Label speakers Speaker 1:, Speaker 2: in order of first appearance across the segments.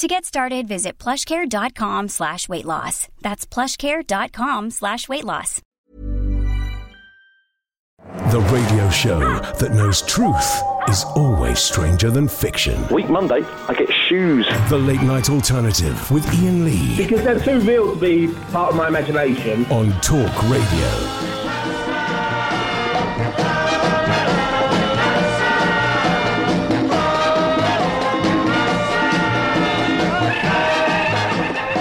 Speaker 1: To get started, visit plushcare.com slash weight loss. That's plushcare.com slash weight loss.
Speaker 2: The radio show that knows truth is always stranger than fiction.
Speaker 3: Week Monday, I get shoes.
Speaker 2: The late night alternative with Ian Lee
Speaker 4: Because they're too real to be part of my imagination.
Speaker 2: on Talk Radio.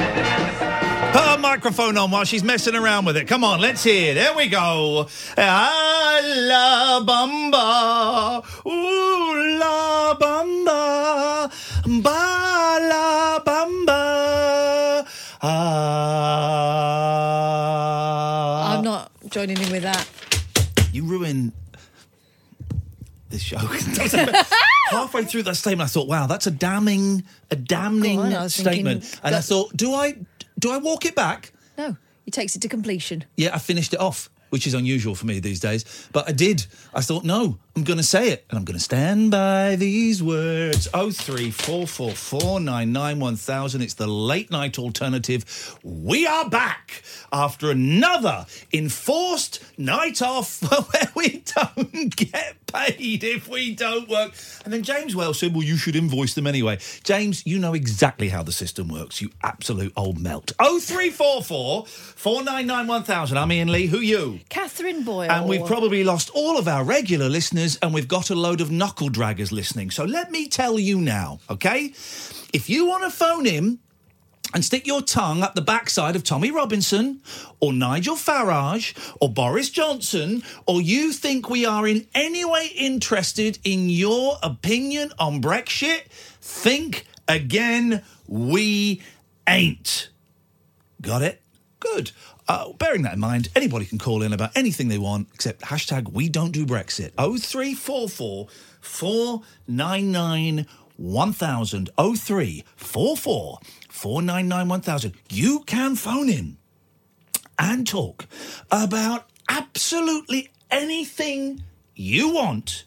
Speaker 5: her microphone on while she's messing around with it. Come on, let's hear. There we go. Ah, la bamba. Ooh, la bamba. Ba la bamba. Ah.
Speaker 6: I'm not joining in with that.
Speaker 5: You ruin this show. Halfway through that statement, I thought, "Wow, that's a damning, a damning
Speaker 6: Go on, I was
Speaker 5: statement."
Speaker 6: thinking-
Speaker 5: and I thought, "Do I, do I walk it back?"
Speaker 6: No, he takes it to completion.
Speaker 5: Yeah, I finished it off, which is unusual for me these days. But I did. I thought, no, I'm going to say it, and I'm going to stand by these words. Oh three four four four nine nine one thousand. It's the late night alternative. We are back after another enforced night off where we don't get paid if we don't work. And then James Wells said, well, you should invoice them anyway. James, you know exactly how the system works, you absolute old melt. 0344 499 1000. I'm Ian Lee. Oh, Who you?
Speaker 6: Catherine Boyle.
Speaker 5: And we've probably lost all of our regular listeners, and we've got a load of knuckle draggers listening. So let me tell you now, okay? If you want to phone in and stick your tongue up the backside of Tommy Robinson or Nigel Farage or Boris Johnson, or you think we are in any way interested in your opinion on Brexit, think again. We ain't. Got it? Good. Uh, bearing that in mind, anybody can call in about anything they want except hashtag we don't do Brexit. 0344 499 1000. 0344 499 1000. You can phone in and talk about absolutely anything you want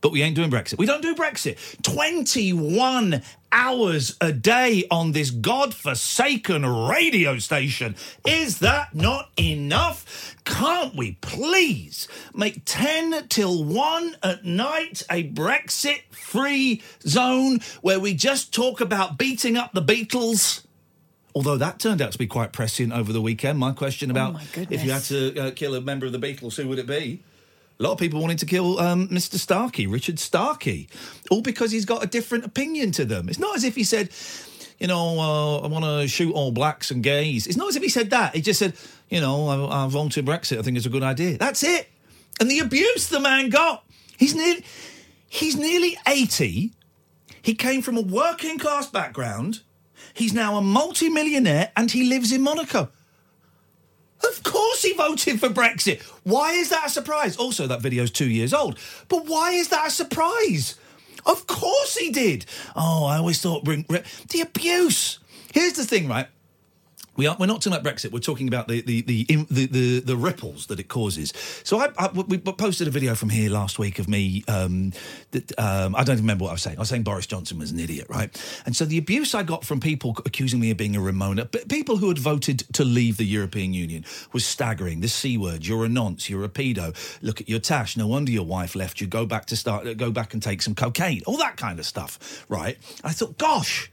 Speaker 5: but we ain't doing Brexit. We don't do Brexit. 21 hours a day on this godforsaken radio station. Is that not enough? Can't we please make 10 till 1 at night a Brexit free zone where we just talk about beating up the Beatles? Although that turned out to be quite prescient over the weekend. My question about
Speaker 6: Oh, my
Speaker 5: if you had
Speaker 6: goodness.
Speaker 5: to uh, kill a member of the Beatles, who would it be? A lot of people wanted to kill um, Mr. Starkey, Richard Starkey, all because he's got a different opinion to them. It's not as if he said, you know, uh, I want to shoot all blacks and gays. It's not as if he said that. He just said, you know, I, I volunteer Brexit. I think it's a good idea. That's it. And the abuse the man got. He's nearly, he's nearly 80. He came from a working class background. He's now a multimillionaire and he lives in Monaco. Of course he voted for Brexit. Why is that a surprise? Also, that video's two years old. But why is that a surprise? Of course he did. Oh, I always thought bring- re- the abuse. Here's the thing, right? We are, we're not talking about Brexit. We're talking about the the the im- the, the, the ripples that it causes. So I, I we posted a video from here last week of me. Um, that, um, I don't even remember what I was saying. I was saying Boris Johnson was an idiot, right? And so the abuse I got from people accusing me of being a Ramona, but people who had voted to leave the European Union, was staggering. The c word. You're a nonce. You're a pedo. Look at your tash. No wonder your wife left you. Go back to start. Go back and take some cocaine. All that kind of stuff, right? I thought, gosh.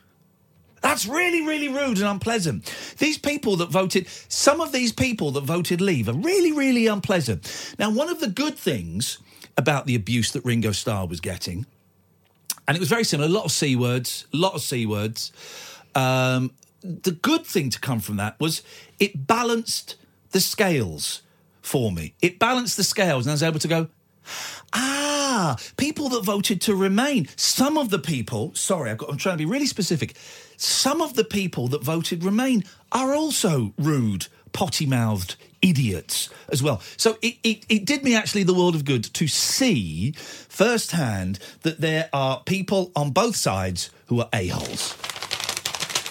Speaker 5: That's really, really rude and unpleasant. These people that voted, some of these people that voted leave are really, really unpleasant. Now, one of the good things about the abuse that Ringo Starr was getting, and it was very similar, a lot of C words, a lot of C words. Um, the good thing to come from that was it balanced the scales for me. It balanced the scales, and I was able to go, Ah, people that voted to remain. Some of the people, sorry, I've got, I'm trying to be really specific. Some of the people that voted remain are also rude, potty mouthed idiots as well. So it, it, it did me actually the world of good to see firsthand that there are people on both sides who are a-holes.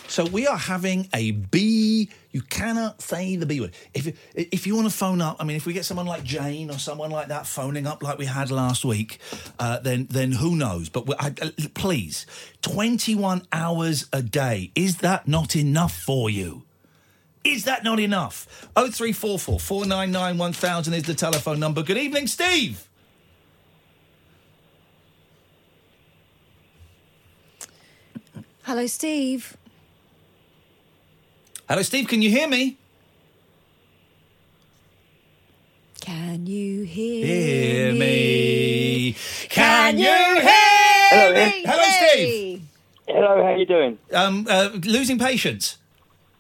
Speaker 5: So we are having a B. You cannot say the B word. If if you want to phone up, I mean, if we get someone like Jane or someone like that phoning up like we had last week, uh, then then who knows? But we- I, uh, please, twenty one hours a day is that not enough for you? Is that not enough? Oh three four four four nine nine one thousand is the telephone number. Good evening, Steve.
Speaker 6: Hello, Steve.
Speaker 5: Hello, Steve. Can you hear me?
Speaker 6: Can you hear,
Speaker 5: Hear me? Can
Speaker 6: Can
Speaker 5: you
Speaker 6: you
Speaker 5: hear
Speaker 3: Hello,
Speaker 5: me? Hello, Steve.
Speaker 3: Hello, how you doing?
Speaker 5: um, uh, losing patience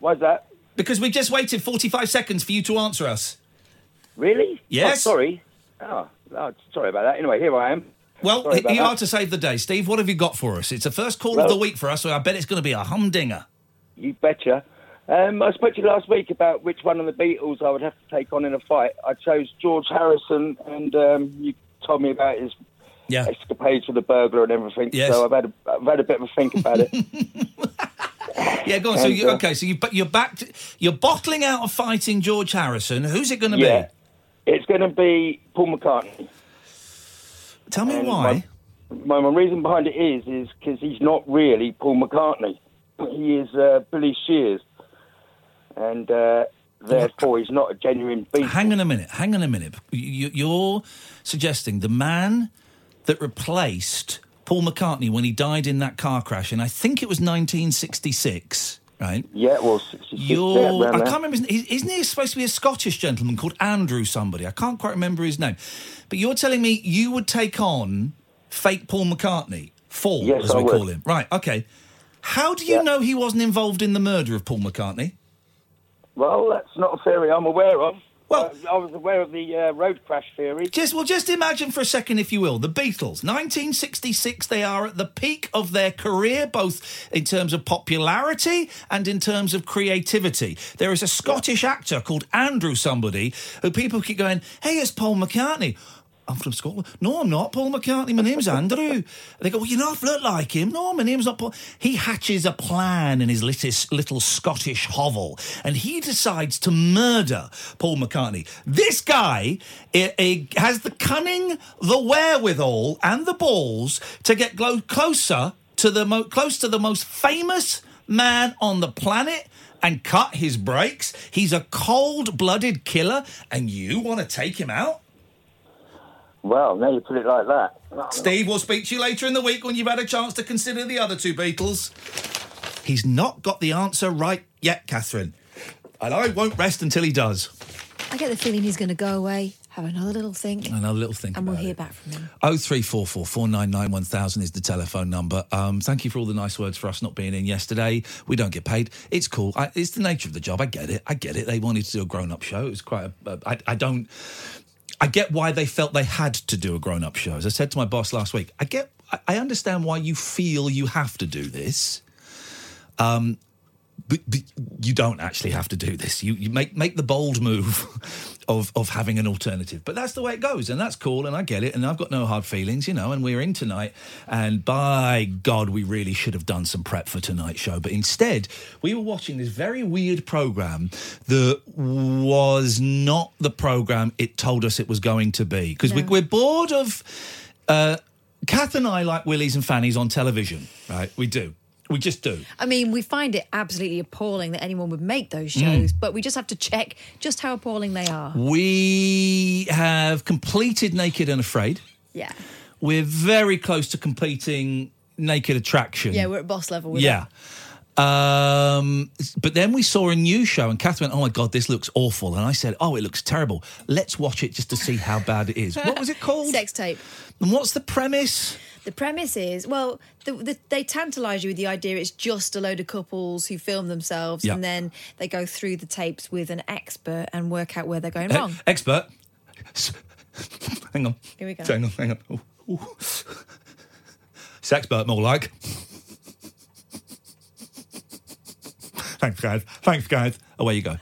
Speaker 3: Why's that?
Speaker 5: because we just waited 45 seconds for you to answer us.
Speaker 3: Really?
Speaker 5: Yes.
Speaker 3: Oh, sorry. Oh, oh, sorry about that. Anyway, here I am.
Speaker 5: Well,
Speaker 3: Sorry
Speaker 5: here
Speaker 3: about
Speaker 5: you
Speaker 3: that.
Speaker 5: are to save the day. Steve, what have you got for us? It's the first call of
Speaker 3: Well-
Speaker 5: the week for us, so I bet it's going to be a humdinger.
Speaker 3: You betcha. Um, I spoke to you last week about which one of the Beatles I would have to take on in a fight. I chose George Harrison, and um, you told me about his
Speaker 5: Yeah.
Speaker 3: escapades with the burglar and everything.
Speaker 5: Yes.
Speaker 3: So I've had a, I've had a bit of a think about it.
Speaker 5: Yeah, go on. So, you,
Speaker 3: uh,
Speaker 5: okay, so you, but you're back, to, you're bottling out of fighting George Harrison. Who's it going to
Speaker 3: yeah. It's going to be Paul McCartney.
Speaker 5: be? Tell me
Speaker 3: And
Speaker 5: why.
Speaker 3: My, my, my reason behind it is is because he's not really Paul McCartney. He is uh, Billy Shears, and uh, therefore he's not a genuine Beatle.
Speaker 5: Hang on a minute. Hang on a minute. You, you're suggesting the man that replaced Paul McCartney when he died in that car crash, and I think it was 1966, right?
Speaker 3: Yeah, well, 66, yeah,
Speaker 5: You're,
Speaker 3: around
Speaker 5: I can't
Speaker 3: there.
Speaker 5: remember. his- Is, isn't he supposed to be a Scottish gentleman called Andrew somebody? I can't quite remember his name. But you're telling me you would take on fake Paul McCartney, Fall
Speaker 3: Yes,
Speaker 5: as
Speaker 3: I
Speaker 5: we
Speaker 3: would.
Speaker 5: call him, right? Okay. How do you
Speaker 3: Yeah.
Speaker 5: know he wasn't involved in the murder of Paul McCartney?
Speaker 3: Well, that's not a theory I'm aware of.
Speaker 5: Well-
Speaker 3: I, I was aware of the uh, road crash theory.
Speaker 5: Just well, just imagine for a second, if you will, the Beatles, 1966. They are at the peak of their career, both in terms of popularity and in terms of creativity. There is a Scottish actor called Andrew somebody who people keep going, "Hey, it's Paul McCartney." I'm from Scotland. No, I'm not Paul McCartney. My name's Andrew. They go, well, you don't look like him. No, my name's not Paul. He hatches a plan in his little, little Scottish hovel and he decides to murder Paul McCartney. This guy i i has the cunning, the wherewithal, and the balls to get glo- closer to the mo- close to the most famous man on the planet and cut his brakes. He's a cold-blooded killer, and you want to take him out?
Speaker 3: Well, now you put it like that.
Speaker 5: Steve, we'll speak to you later in the week when you've had a chance to consider the other two Beatles. He's not got the answer right yet, Catherine. And I won't rest until he does.
Speaker 6: I get the feeling he's going to go away, have another little think,
Speaker 5: Another little thing.
Speaker 6: and we'll hear back from him.
Speaker 5: 0344 499 1000 is the telephone number. Um, thank you for all the nice words for us not being in yesterday. We don't get paid. It's cool. I, it's the nature of the job. I get it. I get it. They wanted to do a grown up show. It was quite a. a- I, I don't. I get why they felt they had to do a grown up show. As I said to my boss last week, I get. I- I understand why you feel you have to do this. Um, but, but you don't actually have to do this. You, you make make the bold move of of having an alternative. But that's the way it goes, and that's cool, and I get it, and I've got no hard feelings, you know. And we're in tonight, and by God, we really should have done some prep for tonight's show, but instead we were watching this very weird program that was not the program it told us it was going to be because we, we're bored of. Uh, Kath and I like Willies and Fannies on television, right? We do. We just do.
Speaker 6: I mean, we find it absolutely appalling that anyone would make those
Speaker 5: Mm.
Speaker 6: shows, but we just have to check just how appalling they are.
Speaker 5: We have completed Naked and Afraid.
Speaker 6: Yeah.
Speaker 5: We're very close to completing Naked Attraction.
Speaker 6: Yeah, we're at boss level with
Speaker 5: yeah. Um, but then we saw a new show, and Catherine, went, oh my god, this looks awful. And I said, oh, it looks terrible. Let's watch it just to see how bad it is. What was it
Speaker 6: it.
Speaker 5: called?
Speaker 6: Sex tape.
Speaker 5: And what's the premise?
Speaker 6: The premise is well, the, the, they tantalise you with the idea it's just a load of couples who film themselves
Speaker 5: Yeah.
Speaker 6: and then they go through the tapes with an expert and work out where they're going
Speaker 5: Eh,
Speaker 6: wrong.
Speaker 5: expert. hang on.
Speaker 6: Here we go.
Speaker 5: Hang on. Hang on. Ooh, ooh. Sexpert, more like. Thanks, guys. Thanks, guys. Away you go.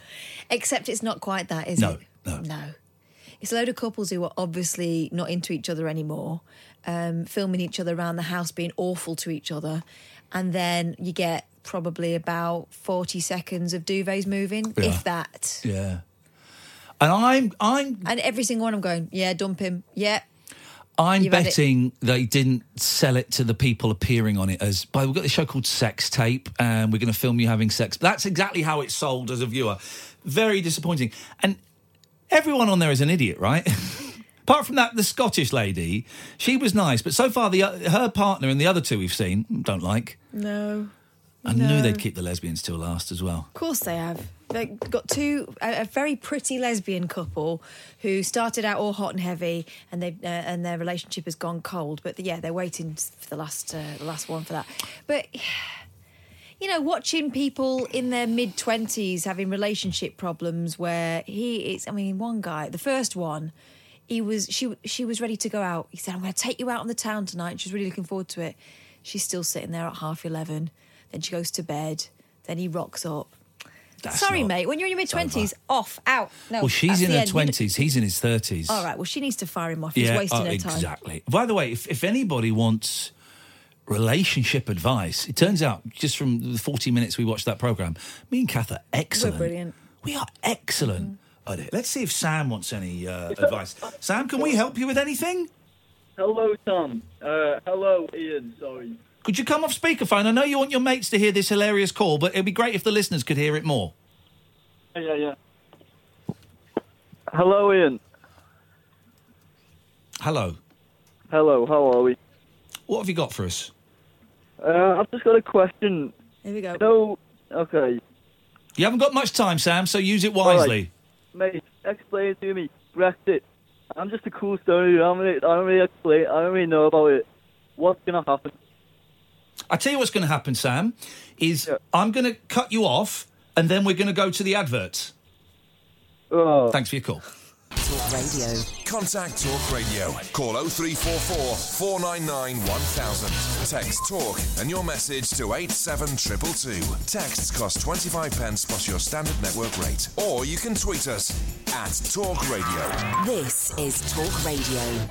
Speaker 6: Except it's not quite that, is
Speaker 5: No,
Speaker 6: it?
Speaker 5: no.
Speaker 6: No. It's a load of couples who are obviously not into each other anymore, um, filming each other around the house, being awful to each other. And then you get probably about 40 seconds of duvets moving,
Speaker 5: Yeah.
Speaker 6: if that.
Speaker 5: Yeah. And I'm I'm
Speaker 6: And every single one I'm going, yeah, dump him. Yeah.
Speaker 5: I'm
Speaker 6: You've had it.
Speaker 5: betting they didn't sell it to the people appearing on it as, by the way, we've got this show called Sex Tape and we're going to film you having sex. That's exactly how it's sold as a viewer. Very disappointing. And everyone on there is an idiot, right? Apart from that, the Scottish lady, she was nice, but so far the uh, her partner and the other two we've seen don't like.
Speaker 6: No.
Speaker 5: I
Speaker 6: No.
Speaker 5: knew they'd keep the lesbians till last as well.
Speaker 6: Of course they have. They've got two a, a very pretty lesbian couple who started out all hot and heavy, and they uh, and their relationship has gone cold. But yeah, they're waiting for the last uh, the last one for that. But you know, watching people in their mid twenties having relationship problems, where he is. I mean, one guy, the first one. He was she she was ready to go out. He said, "I'm going to take you out on the town tonight." She's really looking forward to it. She's still sitting there at half eleven. Then she goes to bed. Then he rocks up.
Speaker 5: That's
Speaker 6: Sorry,
Speaker 5: not-
Speaker 6: mate. When you're in your mid twenties, off, out. No,
Speaker 5: Well, she's
Speaker 6: that's
Speaker 5: in
Speaker 6: the
Speaker 5: her
Speaker 6: end. You kn-
Speaker 5: 20s, he's in his 30s.
Speaker 6: All right. Well, she needs to fire him off. He's wasting
Speaker 5: oh,
Speaker 6: her time.
Speaker 5: Exactly. By the way, if, if anybody wants relationship advice, it turns out just from the 40 minutes we watched that program, me and Kath are excellent.
Speaker 6: brilliant. Mm-hmm.
Speaker 5: We are excellent at it. Let's see if Sam wants any uh, advice. Sam, can we help you with anything?
Speaker 7: Hello, Tom. Uh, hello, Ian. Sorry.
Speaker 5: Could you come off speakerphone? I know you want your mates to hear this hilarious call, but it'd be great if the listeners could hear it more.
Speaker 7: Yeah, yeah, yeah. Hello, Ian.
Speaker 5: Hello.
Speaker 7: Hello, how are we?
Speaker 5: What have you got for us?
Speaker 7: Uh, I've just got a question.
Speaker 6: Here we go.
Speaker 7: No, okay,
Speaker 5: You haven't got much time, Sam, so use it wisely.
Speaker 7: mate, explain to me Brexit. I'm just a cool stoner. I don't really, I don't really explain. I don't really know about it. What's gonna happen?
Speaker 5: I tell you what's going to happen, Sam, is
Speaker 7: Yeah.
Speaker 5: I'm going to cut you off and then we're going to go to the adverts.
Speaker 7: Oh.
Speaker 5: Thanks for your call.
Speaker 8: Talk Radio.
Speaker 2: Contact Talk Radio.
Speaker 9: Call 0344 499 1000. Text TALK and your message to 87222. Texts cost 25 pence plus your standard network rate. Or you can tweet us at Talk Radio.
Speaker 8: This is Talk Radio.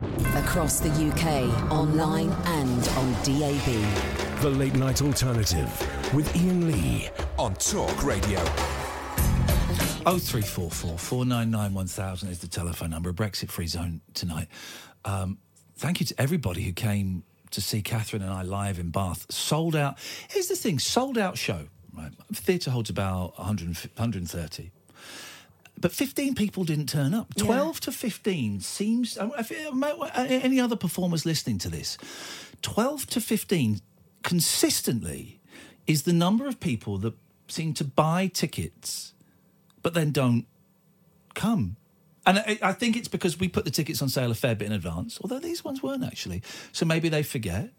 Speaker 8: Across the UK, online and on DAB.
Speaker 2: The Late Night Alternative with Ian Lee on Talk Radio.
Speaker 5: 0344 499 1000 is the telephone number. A Brexit free zone tonight. Um, thank you to everybody who came to see Catherine and I live in Bath. Sold out. Here's the thing sold out show. Right? Theatre holds about 100, 130. But 15 people didn't turn up. 12 to 15 seems. I- I feel- uh, Any other performers listening to this? 12 to 15 consistently is the number of people that seem to buy tickets but then don't come. And I, I think it's because we put the tickets on sale a fair bit in advance, although these ones weren't actually. So maybe they forget.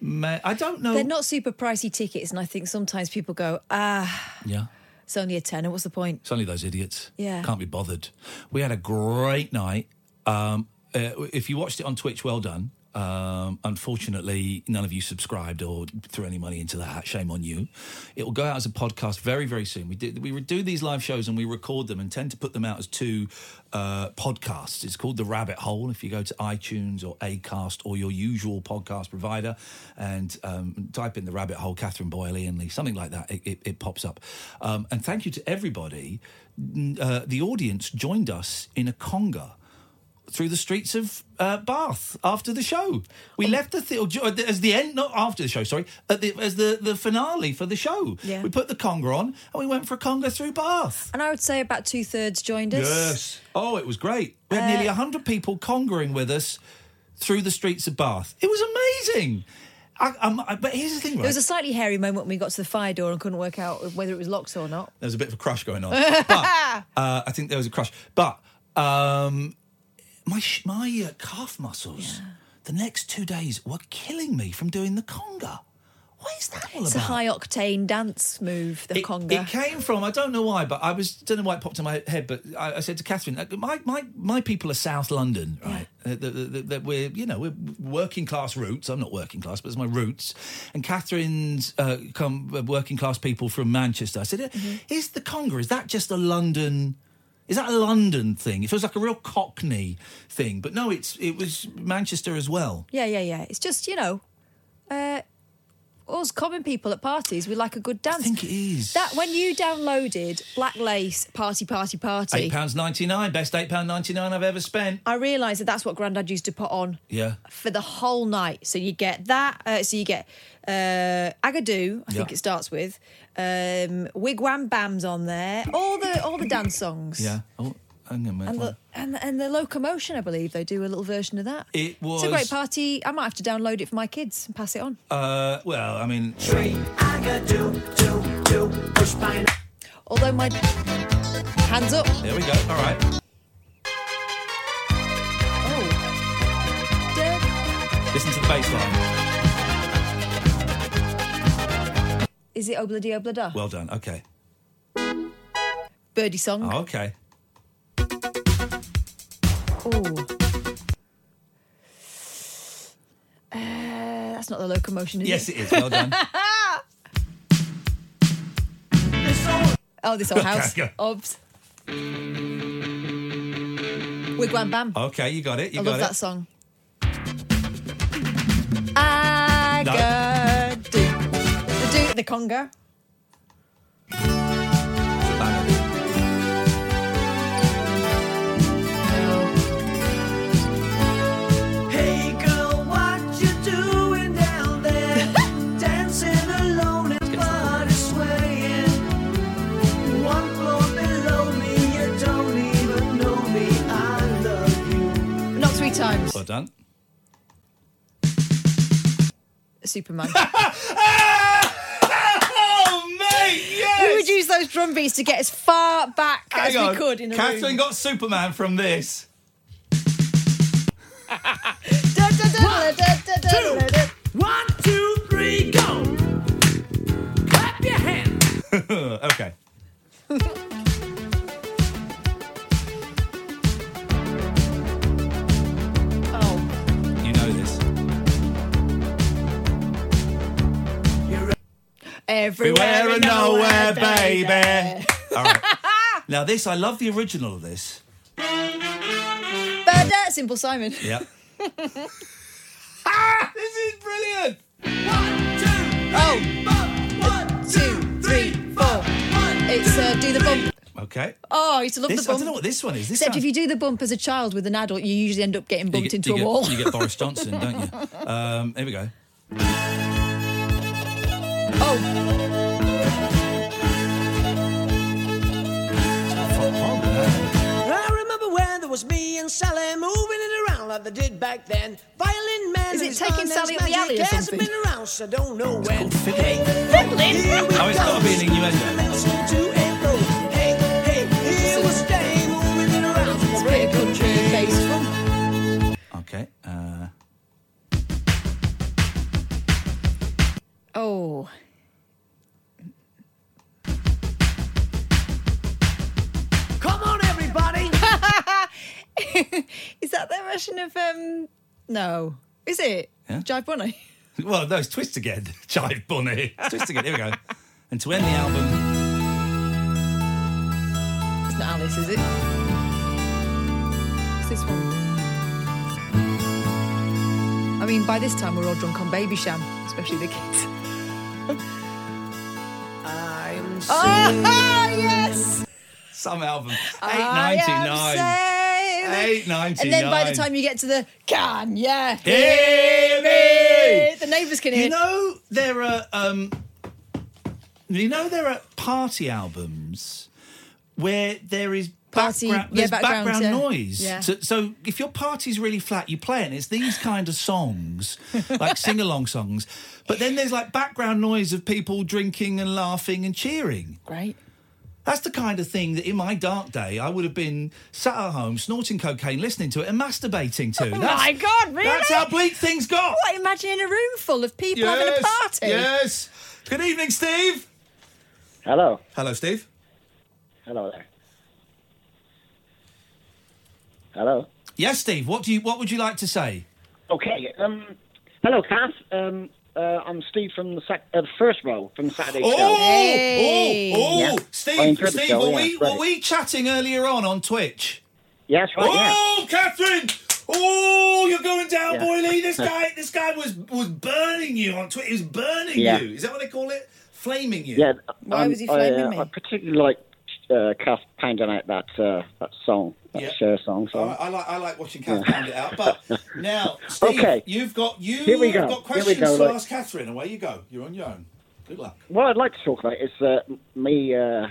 Speaker 5: May, I don't know.
Speaker 6: They're not super pricey tickets, and I think sometimes people go, ah,
Speaker 5: Yeah.
Speaker 6: it's only a tenner. What's the point?
Speaker 5: It's only those idiots.
Speaker 6: Yeah.
Speaker 5: Can't be bothered. We had a great night. Um, uh, if you watched it on Twitch, well done. Um, unfortunately, none of you subscribed or threw any money into that. Shame on you. It will go out as a podcast very, very soon. We do, we do these live shows and we record them and tend to put them out as two uh, podcasts. It's called The Rabbit Hole. If you go to iTunes or Acast or your usual podcast provider and um, type in The Rabbit Hole, Catherine Boyle, Ian Lee, something like that, it, it, it pops up. Um, and thank you to everybody. N- Uh, the audience joined us in a conga through the streets of uh, Bath after the show.
Speaker 6: Oh.
Speaker 5: We left the theatre as the end, not after the show. Sorry, at the, as the, the finale for the show.
Speaker 6: Yeah.
Speaker 5: We put the conga on and we went for a conga through Bath.
Speaker 6: And I would say about two thirds joined us.
Speaker 5: Yes. Oh, it was great. We had
Speaker 6: Uh,
Speaker 5: nearly hundred people congering with us through the streets of Bath. It was amazing. I, I'm- I, but here's the thing, right?
Speaker 6: There was a slightly hairy moment when we got to the fire door and couldn't work out whether it was locked or not.
Speaker 5: There was a bit of a crush going on. but uh, I think there was a crush. But um, my sh- my uh, calf muscles the next two days were killing me from doing the conga. What is that all
Speaker 6: It's a
Speaker 5: about?
Speaker 6: high octane dance move, the conga.
Speaker 5: It came from I don't know why, but I was don't know why it popped in my head. But I, I said to Catherine, uh, my my my people are South London, right? Uh, that- that- that- that we're you know we're working class roots. I'm not working class, but it's my roots. And Catherine's uh, come uh, working class people from Manchester. I said, "Uh,
Speaker 6: Mm-hmm.
Speaker 5: is the conga? Is that just a London? Is that a London thing? It feels like a real Cockney thing, but no, it's it was Manchester as well.
Speaker 6: Yeah, yeah, yeah. It's just, you know, uh, us common people at parties, we like a good dance. I think it
Speaker 5: is.
Speaker 6: That when you downloaded Black Lace Party Party Party,
Speaker 5: Eight pounds ninety nine, best eight pound ninety nine I've ever spent.
Speaker 6: I realised that that's what Grandad used to put on
Speaker 5: Yeah.
Speaker 6: for the whole night. So you get that. Uh, so you get uh, Agadoo, I think
Speaker 5: Yeah.
Speaker 6: it starts with um, Wigwam Bam's on there. All the all the dance songs.
Speaker 5: Yeah. Oh, hang on a minute.
Speaker 6: And the, and, the- and the locomotion, I believe they do a little version of that.
Speaker 5: It was
Speaker 6: It's a great party. I might have to download it for my kids and pass it on.
Speaker 5: Uh, well, I mean,
Speaker 6: Although my hands up.
Speaker 5: there we go. All right,
Speaker 6: Oh,
Speaker 5: listen to the bass line.
Speaker 6: Is it Obladi Oblada?
Speaker 5: Well done. Okay.
Speaker 6: Birdie song.
Speaker 5: Oh, okay.
Speaker 6: Ooh. Uh, that's not the locomotion, is
Speaker 5: Yes,
Speaker 6: it?
Speaker 5: it is. Well done.
Speaker 6: oh, this old house.
Speaker 5: Okay,
Speaker 6: Obs. Wigwam Bam.
Speaker 5: Okay, you got it. Oh, You
Speaker 6: I
Speaker 5: got
Speaker 6: love
Speaker 5: it.
Speaker 6: that song. I
Speaker 5: No.
Speaker 6: got do, the do the conga.
Speaker 10: Hey girl, what you doing down there? Dancing alone and body swaying. One floor below me, you don't even know me. I love you.
Speaker 6: Not three times.
Speaker 5: Well done.
Speaker 6: Superman.
Speaker 5: oh, mate, yes! Oh,
Speaker 6: We would use those those drum beats to get as far back as
Speaker 5: Hang
Speaker 6: we
Speaker 5: on.
Speaker 6: could in a
Speaker 5: Catherine
Speaker 6: room.
Speaker 5: got Superman from this.
Speaker 10: One, two, three, go. Clap your hands.
Speaker 5: okay.
Speaker 6: Oh.
Speaker 5: You know this.
Speaker 6: Everywhere and nowhere, baby.
Speaker 5: All right. Now this, I love the original of this.
Speaker 6: Bad uh, Simple Simon.
Speaker 5: Yep.
Speaker 6: ah,
Speaker 5: this is brilliant.
Speaker 6: One, two, three, four. It's uh, do the bump.
Speaker 5: Okay.
Speaker 6: Oh, I used to love
Speaker 5: This-
Speaker 6: the bump.
Speaker 5: I don't know what this one is. This
Speaker 6: Except
Speaker 5: sounds-
Speaker 6: if you do the bump as a child with an adult, you usually end up getting bumped
Speaker 5: you get,
Speaker 6: into
Speaker 5: you
Speaker 6: a
Speaker 5: get-
Speaker 6: wall.
Speaker 5: you get Boris Johnson, don't you? Um, here we go.
Speaker 6: oh,
Speaker 10: I remember when there was me and Sally moving it around like they did back then. Violin man
Speaker 6: Is it
Speaker 10: and his
Speaker 6: taking
Speaker 10: Barnum's
Speaker 6: Sally up the
Speaker 10: magic
Speaker 6: alley or
Speaker 10: hasn't
Speaker 6: something?
Speaker 10: been around, so don't know when.
Speaker 5: Fiddling. Oh, it's got to be an innuendo.
Speaker 6: it's pretty country based fun.
Speaker 5: Okay. Uh,
Speaker 6: Oh.
Speaker 10: Come on, everybody.
Speaker 6: is that their version of um? No, is it? Jive Bunny.
Speaker 5: well, no, it's Twist again. Jive Bunny. Twist again. Here we go. And to end the album,
Speaker 6: It's not Alice, is it? It's this one. I mean, by this time we're all drunk on Baby Sham, especially the kids.
Speaker 10: I'm
Speaker 6: oh, yes.
Speaker 5: some album.
Speaker 6: I am
Speaker 5: 899.
Speaker 6: saved. And then by the
Speaker 5: 8.99.
Speaker 6: time you get to the can, yeah.
Speaker 5: Hear me!
Speaker 6: The neighbours can hear.
Speaker 5: You know there are um, you know there are party albums where there is
Speaker 6: Party-
Speaker 5: background,
Speaker 6: yeah,
Speaker 5: there's
Speaker 6: background,
Speaker 5: background
Speaker 6: yeah.
Speaker 5: noise.
Speaker 6: Yeah.
Speaker 5: So, so if your party's really flat, you play it. And it's these kind of songs, like sing along songs. But then there's like background noise of people drinking and laughing and cheering.
Speaker 6: Great.
Speaker 5: That's the kind of thing that in my dark day I would have been sat at home snorting cocaine, listening to it, and masturbating to.
Speaker 6: Oh
Speaker 5: That's-
Speaker 6: my God, really?
Speaker 5: That's how bleak things got.
Speaker 6: What, imagine in a room full of people having a party?
Speaker 5: Yes. Good evening, Steve.
Speaker 11: Hello.
Speaker 5: Hello, Steve.
Speaker 11: Hello there. Hello.
Speaker 5: Yes, Steve. What do you? What would you like to say?
Speaker 11: Okay. Um, hello, Kath. Um, uh, I'm Steve from the sec- uh, the first row from Saturday
Speaker 5: Oh,
Speaker 11: show.
Speaker 5: oh, oh,
Speaker 11: Yeah. I
Speaker 5: Steve,
Speaker 11: enjoyed the
Speaker 5: Steve,
Speaker 11: show,
Speaker 5: were
Speaker 11: yeah,
Speaker 5: we
Speaker 11: it's great.
Speaker 5: were we chatting earlier on on Twitch?
Speaker 11: Yes, right.
Speaker 5: oh, Catherine! Oh, you're going down,
Speaker 11: Yeah.
Speaker 5: boy. This guy, this guy was was burning you on Twitter. He was burning
Speaker 11: Yeah.
Speaker 5: you. Is that what they call it? Flaming you.
Speaker 11: Yeah. yeah
Speaker 5: Why was he
Speaker 11: I,
Speaker 5: flaming
Speaker 11: uh,
Speaker 5: me?
Speaker 11: I particularly like uh, Kath pounding out that uh, that song, that
Speaker 5: Yeah.
Speaker 11: share song. So.
Speaker 5: All right, I like I like watching Kath pound it out. But now, Steve,
Speaker 11: Okay.
Speaker 5: you've got you
Speaker 11: Here we
Speaker 5: have
Speaker 11: go.
Speaker 5: got
Speaker 11: Here we
Speaker 5: questions
Speaker 11: go,
Speaker 5: to
Speaker 11: look.
Speaker 5: ask Catherine. Away you go. You're on your own. Good luck.
Speaker 11: What I'd like to talk about is uh, me uh,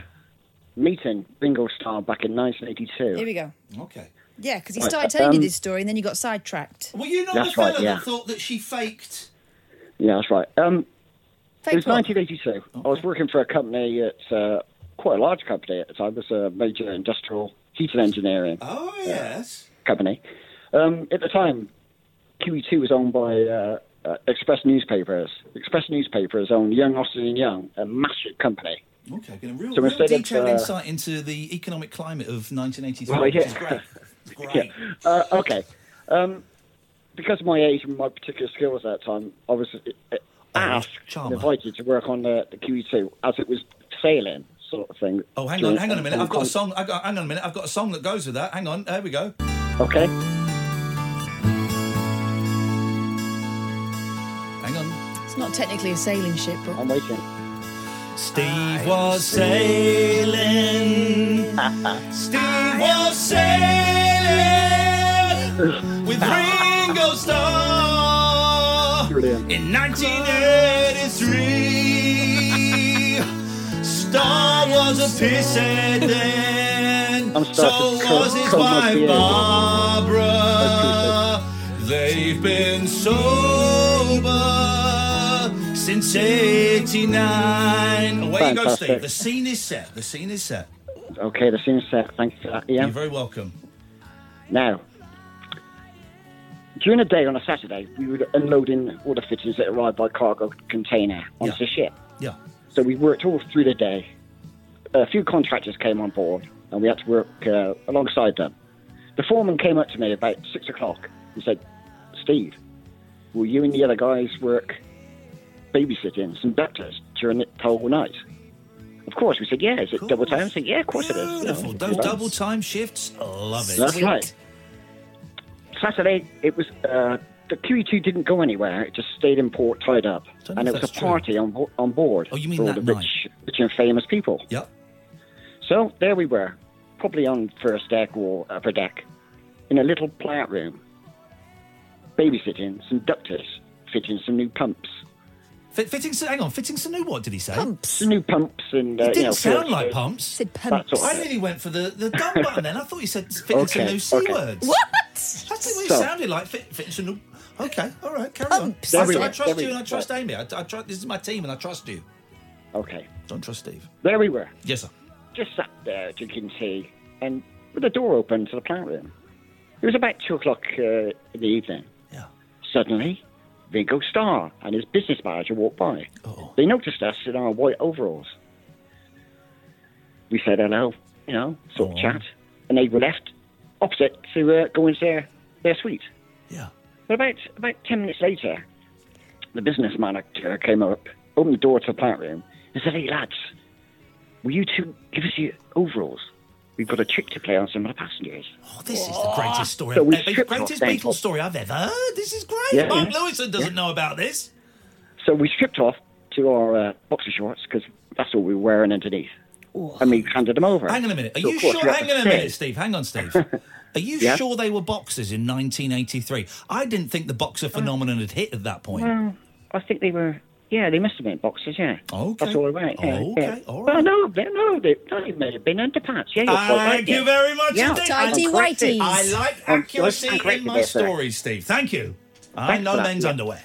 Speaker 11: meeting Ringo Starr back in 1982.
Speaker 6: Here we go.
Speaker 5: Okay.
Speaker 6: Yeah, because he
Speaker 11: Right,
Speaker 6: started telling you
Speaker 11: um,
Speaker 6: this story and then you got sidetracked.
Speaker 5: Were you
Speaker 11: not That's the fella right, that yeah.
Speaker 5: thought that she faked?
Speaker 11: Yeah, that's right. Um,
Speaker 6: Fake
Speaker 11: it was
Speaker 6: what?
Speaker 11: 1982. I was working for a company. It's uh, quite a large company at the time. It was a major industrial heat and engineering
Speaker 5: Oh yes.
Speaker 11: company. Um, at the time, QE2 was owned by uh, uh, Express Newspapers. Express Newspapers owned Young Austin and Young, a massive company.
Speaker 5: Okay, getting real,
Speaker 11: So
Speaker 5: real
Speaker 11: instead of,
Speaker 5: detailed
Speaker 11: uh,
Speaker 5: insight into the economic climate of 1983,
Speaker 11: Right,
Speaker 5: which
Speaker 11: yeah.
Speaker 5: is great. It's great.
Speaker 11: Yeah. Uh, okay. Um, because of my age and my particular skills at that time, I was uh, asked, and
Speaker 5: charmer.
Speaker 11: invited to work on the, the QE2 as it was sailing, sort of thing.
Speaker 5: Oh, hang on,
Speaker 11: During-
Speaker 5: hang on a minute.
Speaker 11: on-
Speaker 5: I've got a
Speaker 11: on-
Speaker 5: song. I've got, hang on a minute. I've got a song that goes with that. Hang on. There we go.
Speaker 11: Okay.
Speaker 5: Hang on.
Speaker 6: It's not technically a sailing ship, but.
Speaker 11: I'm waiting.
Speaker 5: Steve was sailing. Steve was sailing with Ringo Starr in 1983. Starr was a pisshead then.
Speaker 11: I'm
Speaker 5: so
Speaker 11: starting to curl-
Speaker 5: was his
Speaker 11: curl my
Speaker 5: wife
Speaker 11: beard.
Speaker 5: Barbara. They've been sober since 89. Away you go,
Speaker 11: Fantastic.
Speaker 5: Steve. The scene is set. The scene is set.
Speaker 11: Okay, the scene's set. Thank you for that, Ian.
Speaker 5: You're very welcome.
Speaker 11: Now, during the day on a Saturday, we were unloading all the fittings that arrived by cargo container onto the ship.
Speaker 5: Yeah.
Speaker 11: So we worked all through the day. A few contractors came on board, and we had to work uh, alongside them. The foreman came up to me about six o'clock and said, "Steve, will you and the other guys work babysitting some doctors during the whole night?" Of course, we said, "Yeah." Is it double time? I said, "Yeah, of course it is." You know,
Speaker 5: Beautiful. Those
Speaker 11: it's-
Speaker 5: double time shifts, love it.
Speaker 11: that's right. Saturday, it was uh, the QE2 didn't go anywhere. It just stayed in port, tied up,
Speaker 5: Don't know
Speaker 11: and it
Speaker 5: if
Speaker 11: was a
Speaker 5: that's true.
Speaker 11: party on bo- on board.
Speaker 5: Oh, you mean
Speaker 11: for
Speaker 5: that
Speaker 11: all the rich, rich and famous people.
Speaker 5: Yep.
Speaker 11: So there we were, probably on first deck or upper deck, in a little plant room, babysitting some ductors, fitting some new pumps.
Speaker 5: Fit, fitting, some- hang on, fitting some new what did he say?
Speaker 11: Some new pumps and uh,
Speaker 5: It
Speaker 11: you
Speaker 5: didn't
Speaker 11: know,
Speaker 5: sound
Speaker 11: filters.
Speaker 5: like pumps. Said
Speaker 11: pumps. That's all
Speaker 5: I
Speaker 11: right.
Speaker 5: nearly went for the, the dumb button then. I thought you said fitting some
Speaker 11: Okay,
Speaker 5: new C
Speaker 11: okay.
Speaker 5: words.
Speaker 11: What?
Speaker 5: That's what it
Speaker 11: So-
Speaker 5: sounded like. Fit, fitting some new. Okay, all right, carry
Speaker 11: There
Speaker 5: on. I,
Speaker 11: we
Speaker 5: I
Speaker 11: went, there
Speaker 5: trust
Speaker 11: we
Speaker 5: you and I
Speaker 11: went.
Speaker 5: trust Amy. I, I trust, this is my team and I trust you.
Speaker 11: Okay.
Speaker 5: Don't trust Steve.
Speaker 11: There we were.
Speaker 5: Yes, sir.
Speaker 11: just sat there drinking tea, and with the door open to the plant room. It was about two o'clock uh, in the evening.
Speaker 5: Yeah.
Speaker 11: Suddenly, Ringo Starr and his business manager walked by. They noticed us in our white overalls. We said hello, you know, sort of chat, and they were left opposite to uh, go into their, their suite.
Speaker 5: Yeah.
Speaker 11: But about about ten minutes later, the business manager came up, opened the door to the plant room, and said, "Hey lads, will you two give us your overalls? We've got a trick to play on some of the passengers."
Speaker 5: Oh, this is the greatest story.
Speaker 11: So we
Speaker 5: I've, the
Speaker 11: stripped off
Speaker 5: greatest
Speaker 11: their-
Speaker 5: Beatles story I've ever heard. This is great.
Speaker 11: Yeah,
Speaker 5: Mark
Speaker 11: yeah.
Speaker 5: Lewison doesn't know about this.
Speaker 11: So we stripped off to our uh, boxer shorts because that's all we were wearing underneath, and we handed them over.
Speaker 5: Hang on a minute. Are
Speaker 11: So, of
Speaker 5: you
Speaker 11: course,
Speaker 5: sure?
Speaker 11: we had
Speaker 5: Hang
Speaker 11: to
Speaker 5: on a
Speaker 11: stay.
Speaker 5: minute, Steve. Hang on, Steve. Are you
Speaker 11: Yeah?
Speaker 5: sure they were boxers in 1983? I didn't think the boxer phenomenon had hit at that point.
Speaker 11: Well, I think they were. Yeah, they must have been boxers. Yeah.
Speaker 5: Okay.
Speaker 11: That's all right. Yeah,
Speaker 5: Okay,
Speaker 11: yeah. all right. Well, no, they, no, they, no, they may have been underpants. Yeah, you're quite right,
Speaker 5: Thank you
Speaker 11: yeah.
Speaker 5: very much
Speaker 11: Yeah.
Speaker 5: indeed. I'm corrected. I like
Speaker 11: I'm
Speaker 5: accuracy
Speaker 11: correct- I'm corrected
Speaker 5: in my
Speaker 11: there, sir.
Speaker 5: stories, Steve. Thank you. I
Speaker 11: Thanks
Speaker 5: know
Speaker 11: for that,
Speaker 5: men's
Speaker 11: yeah.
Speaker 5: underwear.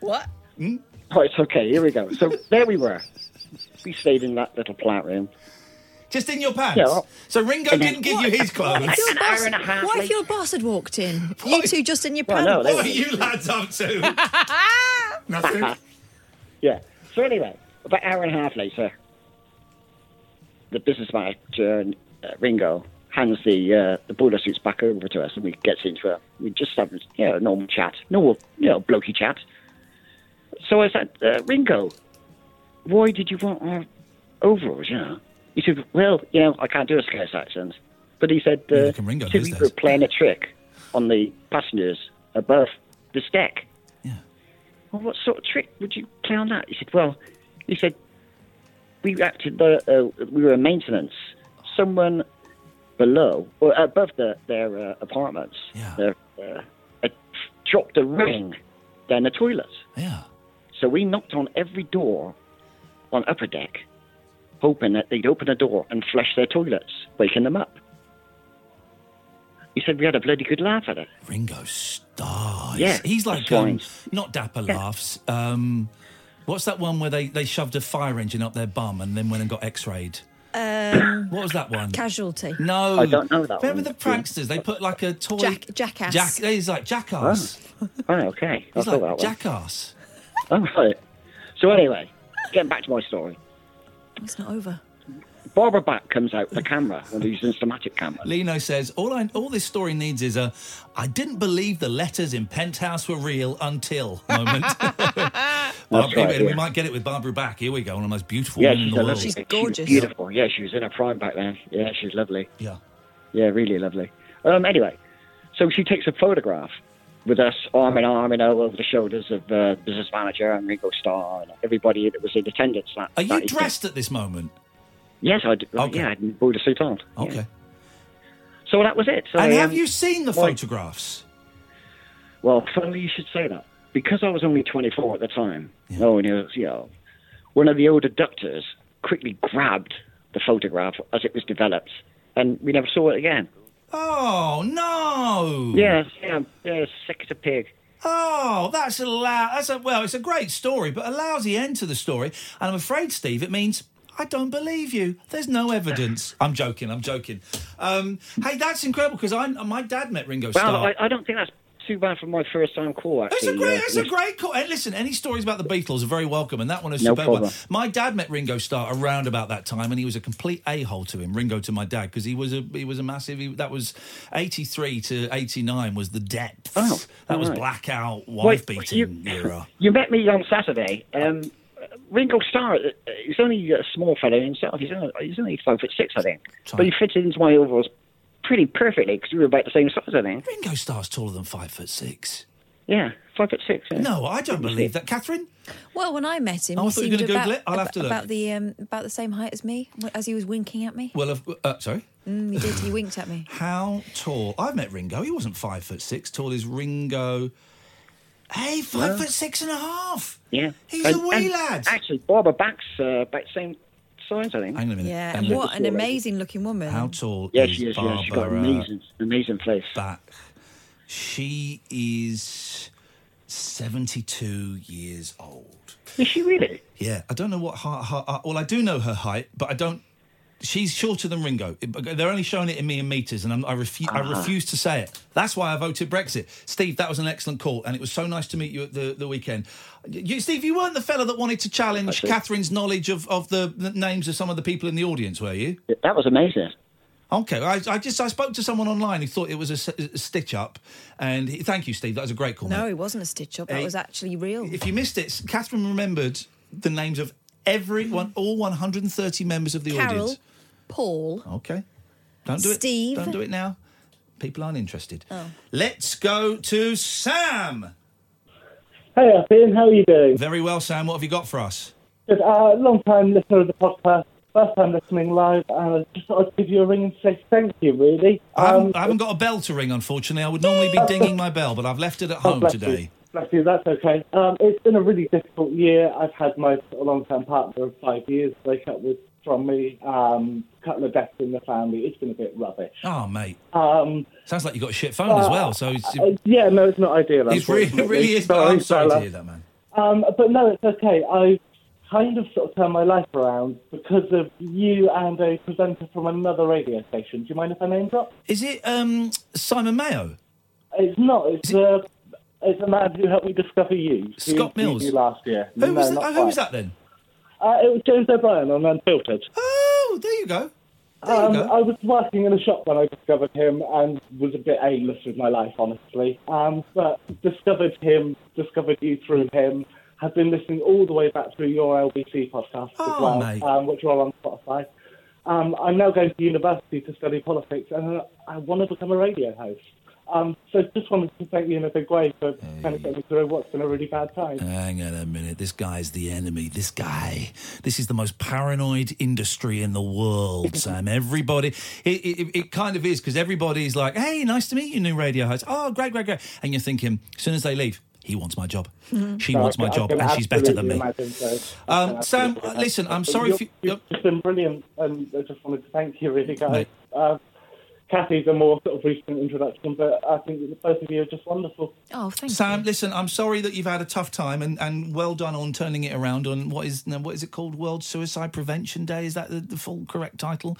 Speaker 6: What?
Speaker 11: Oh, it's okay. Here we go. So there we were. We stayed in that little plant room.
Speaker 5: Just in your pants.
Speaker 11: Yeah.
Speaker 5: So Ringo
Speaker 11: And then-
Speaker 5: didn't give you his clothes.
Speaker 6: If your boss, what if your boss had walked in? You two just in your
Speaker 11: Well,
Speaker 6: pants.
Speaker 11: no, they
Speaker 5: What are you lads up to? Nothing.
Speaker 11: yeah. So anyway, about an hour and a half later, the business manager and uh, Ringo hands the uh, the boiler suits back over to us, and we gets into a we just have you know normal chat, normal you know blokey chat. So I said, uh, Ringo, why did you want our overalls? You know, he said, well, you know, I can't do a Scouse accent, but he said, uh,
Speaker 5: Ringo
Speaker 11: "Two
Speaker 5: these
Speaker 11: people playing a trick on the passengers above this deck. Well, what sort of trick would you play on that? He said, well, he said, we acted, the, uh, we were in maintenance. Someone below, or above the, their uh, apartments, their, uh, uh, dropped a ring down the toilet.
Speaker 5: Yeah.
Speaker 11: So we knocked on every door on upper deck, hoping that they'd open a door and flush their toilets, waking them up. He said we had a bloody good laugh at it.
Speaker 5: Ringo Starr.
Speaker 11: Yeah,
Speaker 5: he's like
Speaker 11: that's
Speaker 5: um,
Speaker 11: right.
Speaker 5: not dapper laughs. Um, what's that one where they, they shoved a fire engine up their bum and then went and got X-rayed?
Speaker 6: Um,
Speaker 5: What was that one?
Speaker 6: casualty.
Speaker 5: No,
Speaker 11: I don't know that
Speaker 5: Remember
Speaker 11: one.
Speaker 5: the pranksters? They put like a toy
Speaker 6: Jack- jackass.
Speaker 5: Jack, he's like jackass.
Speaker 11: Oh, okay. I
Speaker 5: He's
Speaker 11: saw
Speaker 5: like
Speaker 11: that one.
Speaker 5: jackass.
Speaker 11: Oh, right. So anyway, getting back to my story.
Speaker 6: It's not over.
Speaker 11: Barbara Back comes out with a camera, one of these instamatic cameras.
Speaker 5: Lino says all I all this story needs is a I didn't believe the letters in Penthouse were real until moment. Barbara-
Speaker 11: right,
Speaker 5: we
Speaker 11: yeah.
Speaker 5: might get it with Barbara back. Here we go. One of the most beautiful
Speaker 11: Yeah,
Speaker 5: women in
Speaker 11: she's
Speaker 5: the
Speaker 11: a
Speaker 5: world.
Speaker 11: lovely. she was beautiful. Yeah, she was in her prime back then. Yeah, she's lovely.
Speaker 5: Yeah.
Speaker 11: Yeah, really lovely. Um, anyway, so she takes a photograph with us arm in arm, you know, over the shoulders of uh, business manager and Ringo Starr and everybody that was in attendance. That,
Speaker 5: Are you
Speaker 11: that evening.
Speaker 5: dressed at this moment?
Speaker 11: Yes, I did. Yeah, I had a boiler suit on.
Speaker 5: Okay.
Speaker 11: So that was it. So,
Speaker 5: and have
Speaker 11: um,
Speaker 5: you seen the
Speaker 11: my-
Speaker 5: photographs?
Speaker 11: Well, funnily you should say that. Because I was only 24 at the time, oh, and it was, you know, one of the older doctors quickly grabbed the photograph as it was developed, and we never saw it again.
Speaker 5: Oh no!
Speaker 11: Yeah, yeah, yeah, sick as a pig.
Speaker 5: Oh, that's a lou- that's a well, it's a great story, but a lousy end to the story. And I'm afraid, Steve, it means I don't believe you. There's no evidence. I'm joking. I'm joking. Um, hey, that's incredible because I my dad met Ringo Starr.
Speaker 11: Well, I, I don't think that's too bad for my first time call. Actually,
Speaker 5: It's a great,
Speaker 11: uh,
Speaker 5: it's a great call. Hey, listen, any stories about the Beatles are very welcome, and that one is
Speaker 11: No
Speaker 5: superb. one.
Speaker 11: problem.
Speaker 5: My dad met Ringo Starr around about that time, and he was a complete a hole to him. Ringo to my dad because he was a he was a massive. He, that was eighty three to eighty nine was the depth.
Speaker 11: Oh,
Speaker 5: that was
Speaker 11: alright.
Speaker 5: blackout wife
Speaker 11: Wait,
Speaker 5: beating era.
Speaker 11: You met me on Saturday. Um, Ringo Starr, uh, he's only a small fellow himself. He's only, he's only five foot six, I think. But he fitted into my overalls pretty perfectly because we were about the same size, I think.
Speaker 5: Ringo Starr's taller than five foot six.
Speaker 11: Yeah, five foot six. yeah.
Speaker 5: No, I don't believe that, Catherine.
Speaker 6: Well, when I met him,
Speaker 5: Oh, I
Speaker 6: he
Speaker 5: thought you
Speaker 6: seemed
Speaker 5: were gonna
Speaker 6: about,
Speaker 5: Google it. I'll have to look.
Speaker 6: about the um, about the same height as me, as he was winking at me.
Speaker 5: Well, of- uh, sorry.
Speaker 6: Mm, he did. He winked at me.
Speaker 5: How tall? I've met Ringo. He wasn't five foot six. Tall is Ringo. Hey, five
Speaker 11: Well-
Speaker 5: foot six and a half.
Speaker 11: Yeah.
Speaker 5: He's a wee lad.
Speaker 11: Actually, Barbara Back's uh, about the same size, I think.
Speaker 5: Hang on a minute. Um,
Speaker 6: Yeah, and what an amazing looking woman.
Speaker 5: How tall
Speaker 11: Yeah,
Speaker 5: is
Speaker 11: she is.
Speaker 5: Barbara
Speaker 11: Yeah, she's got an amazing, amazing face.
Speaker 5: Back? She is 72 years old.
Speaker 11: Is she really?
Speaker 5: Yeah, I don't know what her, her, her- well, I do know her height, but I don't. She's shorter than Ringo. It- They're only showing it in me in meters, and I'm, I, refu- I
Speaker 11: Ah.
Speaker 5: refuse to say it. That's why I voted Brexit. Steve, that was an excellent call, and it was so nice to meet you at the, the weekend. You, Steve, you weren't the fella that wanted to challenge Catherine's knowledge of, of the, the names of some of the people in the audience, were you?
Speaker 11: That was amazing.
Speaker 5: Okay, I, I just I spoke to someone online who thought it was a, s- a stitch up, and he- thank you, Steve. That was a great call.
Speaker 6: No,
Speaker 5: mate.
Speaker 6: it wasn't a stitch up. That
Speaker 5: Hey,
Speaker 6: was actually real.
Speaker 5: If you missed it, Catherine remembered the names of everyone, all 130 members of the
Speaker 6: Mm-hmm. Carol,
Speaker 5: audience.
Speaker 6: Paul,
Speaker 5: Okay, don't do
Speaker 6: Steve.
Speaker 5: it. Don't do it now. People aren't interested.
Speaker 6: Oh.
Speaker 5: Let's go to Sam.
Speaker 12: Hey, Ian, how are you doing?
Speaker 5: Very well, Sam. What have you got for us?
Speaker 12: Just a Uh, long time listener of the podcast, first time listening live, and I just thought I'd give you a ring and say thank you, really. Um,
Speaker 5: I haven't, I haven't got a bell to ring, unfortunately. I would normally be dinging my bell, but I've left it at
Speaker 12: Oh,
Speaker 5: home
Speaker 12: bless
Speaker 5: today.
Speaker 12: You. Bless you, that's okay. Um, it's been a really difficult year. I've had my sort of long-term partner of five years break up with from me, um, couple of deaths in the family. It's been a bit rubbish.
Speaker 5: Oh, mate.
Speaker 12: Um,
Speaker 5: Sounds like you got a shit phone as
Speaker 12: uh,
Speaker 5: well. So it's,
Speaker 12: uh, yeah, no, it's not ideal.
Speaker 5: it's really,
Speaker 12: unfortunately.
Speaker 5: really is. I'm sorry to
Speaker 12: fella.
Speaker 5: hear that, man.
Speaker 12: Um, but no, it's okay. I kind of sort of turned my life around because of you and a presenter from another radio station. Do you mind if I name drop?
Speaker 5: Is it um, Simon Mayo?
Speaker 12: It's not. It's uh, it's a man who helped me discover you. He
Speaker 5: Scott
Speaker 12: interviewed
Speaker 5: Mills?
Speaker 12: you last year.
Speaker 5: Who,
Speaker 12: No,
Speaker 5: was,
Speaker 12: not
Speaker 5: that, who was that
Speaker 12: quite.
Speaker 5: then?
Speaker 12: Uh, it was James O'Brien on Unfiltered.
Speaker 5: Oh, there you go.
Speaker 12: Um, I was working in a shop when I discovered him and was a bit aimless with my life, honestly. Um, but discovered him, discovered you through him. Have been listening all the way back through your LBC podcast
Speaker 5: Oh,
Speaker 12: as well,
Speaker 5: mate.
Speaker 12: Um, which are all on Spotify. Um, I'm now going to university to study politics, and I want to become a radio host. Um, so just wanted to thank you in a big way for kind of getting me through what's been a really bad time.
Speaker 5: Hang on a minute. This guy's the enemy. This guy. This is the most paranoid industry in the world, Sam. Everybody. It, it, it kind of is because everybody's like, hey, nice to meet you, new radio host. Oh, great, great, great. And you're thinking, as soon as they leave, he wants my job. She
Speaker 12: So
Speaker 5: wants
Speaker 12: Mm-hmm. I
Speaker 5: my
Speaker 12: can- I
Speaker 5: job,
Speaker 12: can
Speaker 5: and she's better than
Speaker 12: absolutely
Speaker 5: me.
Speaker 12: imagine so.
Speaker 5: Um, Sam,
Speaker 12: Absolutely.
Speaker 5: uh, listen, I'm sorry
Speaker 12: You're-
Speaker 5: if you-
Speaker 12: You've just been brilliant, and I just wanted to thank you, really, guys. Uh, Kathy's a more sort of recent introduction, but I think that both of you are just wonderful.
Speaker 6: Oh, thank
Speaker 5: Sam, listen, I'm sorry that you've had a tough time, and, and well done on turning it around on what is now, what is it called? World Suicide Prevention Day? Is that the, the full correct title?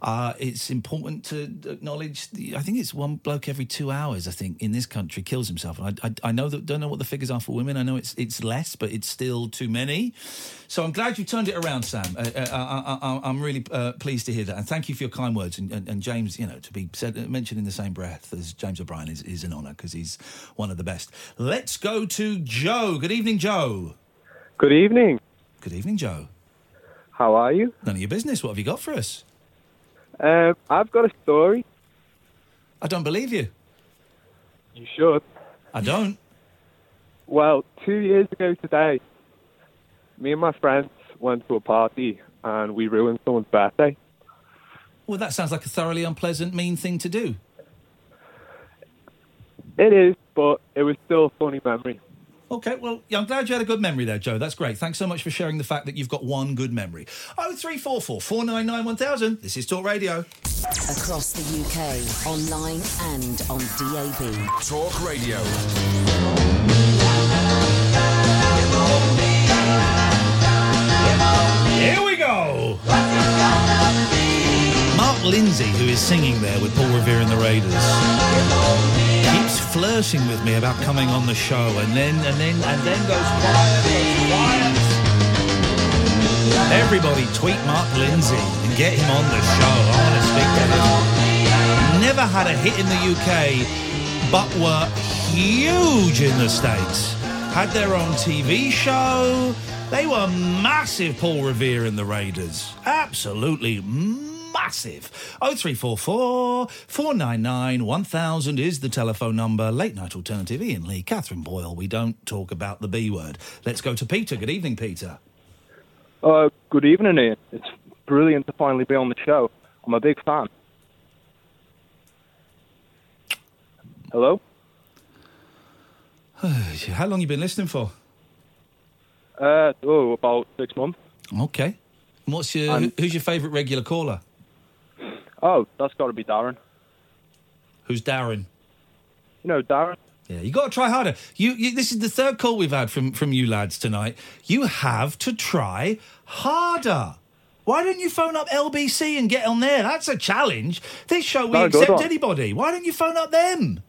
Speaker 5: Uh, it's important to acknowledge. The, I think it's one bloke every two hours. I think in this country kills himself, and I, I, I know that don't know what the figures are for women. I know it's it's less, but it's still too many. So I'm glad you turned it around, Sam. Uh, uh, I, I, I, I'm really uh, pleased to hear that, and thank you for your kind words. And, and, and James, you know, to be said uh, mentioned in the same breath as James O'Brien is, is an honour because he's one of the best. Let's go to Joe. Good evening, Joe.
Speaker 13: Good evening.
Speaker 5: Good evening, Joe.
Speaker 13: How are you?
Speaker 5: None of your business. What have you got for us?
Speaker 13: Um, I've got a story.
Speaker 5: I don't believe you.
Speaker 13: You should.
Speaker 5: I don't.
Speaker 13: Well, two years ago today, me and my friends went to a party and we ruined someone's birthday.
Speaker 5: Well, that sounds like a thoroughly unpleasant, mean thing to do.
Speaker 13: It is, but it was still a funny memory.
Speaker 5: Okay, well, yeah, I'm glad you had a good memory there, Joe. That's great. Thanks so much for sharing the fact that you've got one good memory. 0344 499 1000. This is Talk Radio.
Speaker 8: Across the UK, online and on DAB.
Speaker 2: Talk Radio.
Speaker 5: Lindsay, who is singing there with Paul Revere and the Raiders, keeps flirting with me about coming on the show, and then and then and then goes quiet, goes quiet. Everybody, tweet Mark Lindsay and get him on the show. I want to speak to him. Never had a hit in the UK, but were huge in the states. Had their own TV show. They were massive, Paul Revere and the Raiders. Absolutely massive. 0344 499 1000 is the telephone number. Late night alternative. Ian Lee, Catherine Boyle. We don't talk about the B word. Let's go to Peter. Good evening, Peter.
Speaker 13: Uh, good evening, Ian. It's brilliant to finally be on the show. I'm a big fan. Hello?
Speaker 5: How long you been listening for?
Speaker 13: Uh, oh, about six months.
Speaker 5: Okay. And What's your
Speaker 13: Um,
Speaker 5: Uh, who- who's your favourite regular caller?
Speaker 13: Oh, that's got to be Darren.
Speaker 5: Who's Darren?
Speaker 13: You know, Darren.
Speaker 5: Yeah, you got to try harder. You, you this is the third call we've had from from you lads tonight. You have to try harder. Why don't you phone up LBC and get on there? That's a challenge. This show we
Speaker 13: No, good
Speaker 5: accept
Speaker 13: one.
Speaker 5: anybody. Why don't you phone up them?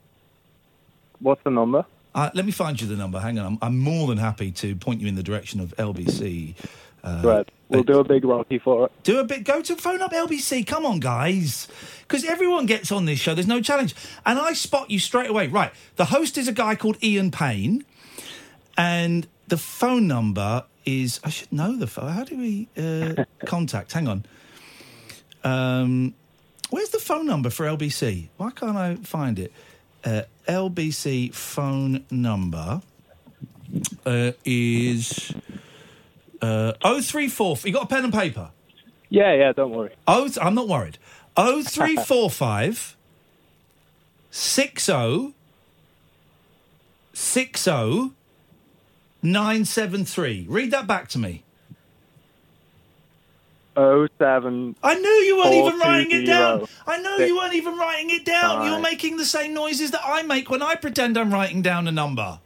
Speaker 13: What's the number?
Speaker 5: Uh, let me find you the number. Hang on, I'm, I'm more than happy to point you in the direction of LBC. Uh,
Speaker 13: right. We'll do a big rocky for it.
Speaker 5: Do a bit. Go to phone up LBC. Come on, guys, because everyone gets on this show. There's no challenge, and I spot you straight away. Right. The host is a guy called Ian Payne, and the phone number is. I should know the phone. How do we uh, contact? Hang on. Um, where's the phone number for LBC? Why can't I find it? Uh, LBC phone number uh, is uh, 034. You got a pen and paper?
Speaker 13: Yeah, yeah, don't worry.
Speaker 5: Oh, I'm not worried. 0345 60 60 973. Read that back to me.
Speaker 13: Oh seven.
Speaker 5: I knew you weren't
Speaker 13: four
Speaker 5: even writing
Speaker 13: two
Speaker 5: it down.
Speaker 13: zero
Speaker 5: I know
Speaker 13: six.
Speaker 5: you weren't even writing it down. You're
Speaker 13: Right.
Speaker 5: making the same noises that I make when I pretend I'm writing down a number.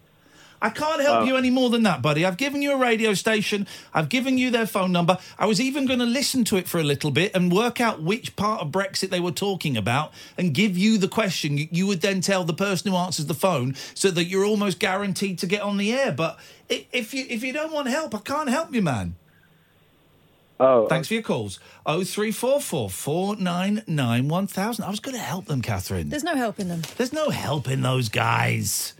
Speaker 5: I can't help
Speaker 13: Oh.
Speaker 5: you any more than that, buddy. I've given you a radio station. I've given you their phone number. I was even going to listen to it for a little bit and work out which part of Brexit they were talking about and give you the question. You, you would then tell the person who answers the phone so that you're almost guaranteed to get on the air. But i- if you if you don't want help, I can't help you, man.
Speaker 13: Oh.
Speaker 5: Thanks for your calls. 0344 499 1000. I was going to help them, Catherine.
Speaker 6: There's no helping them.
Speaker 5: There's no helping those guys.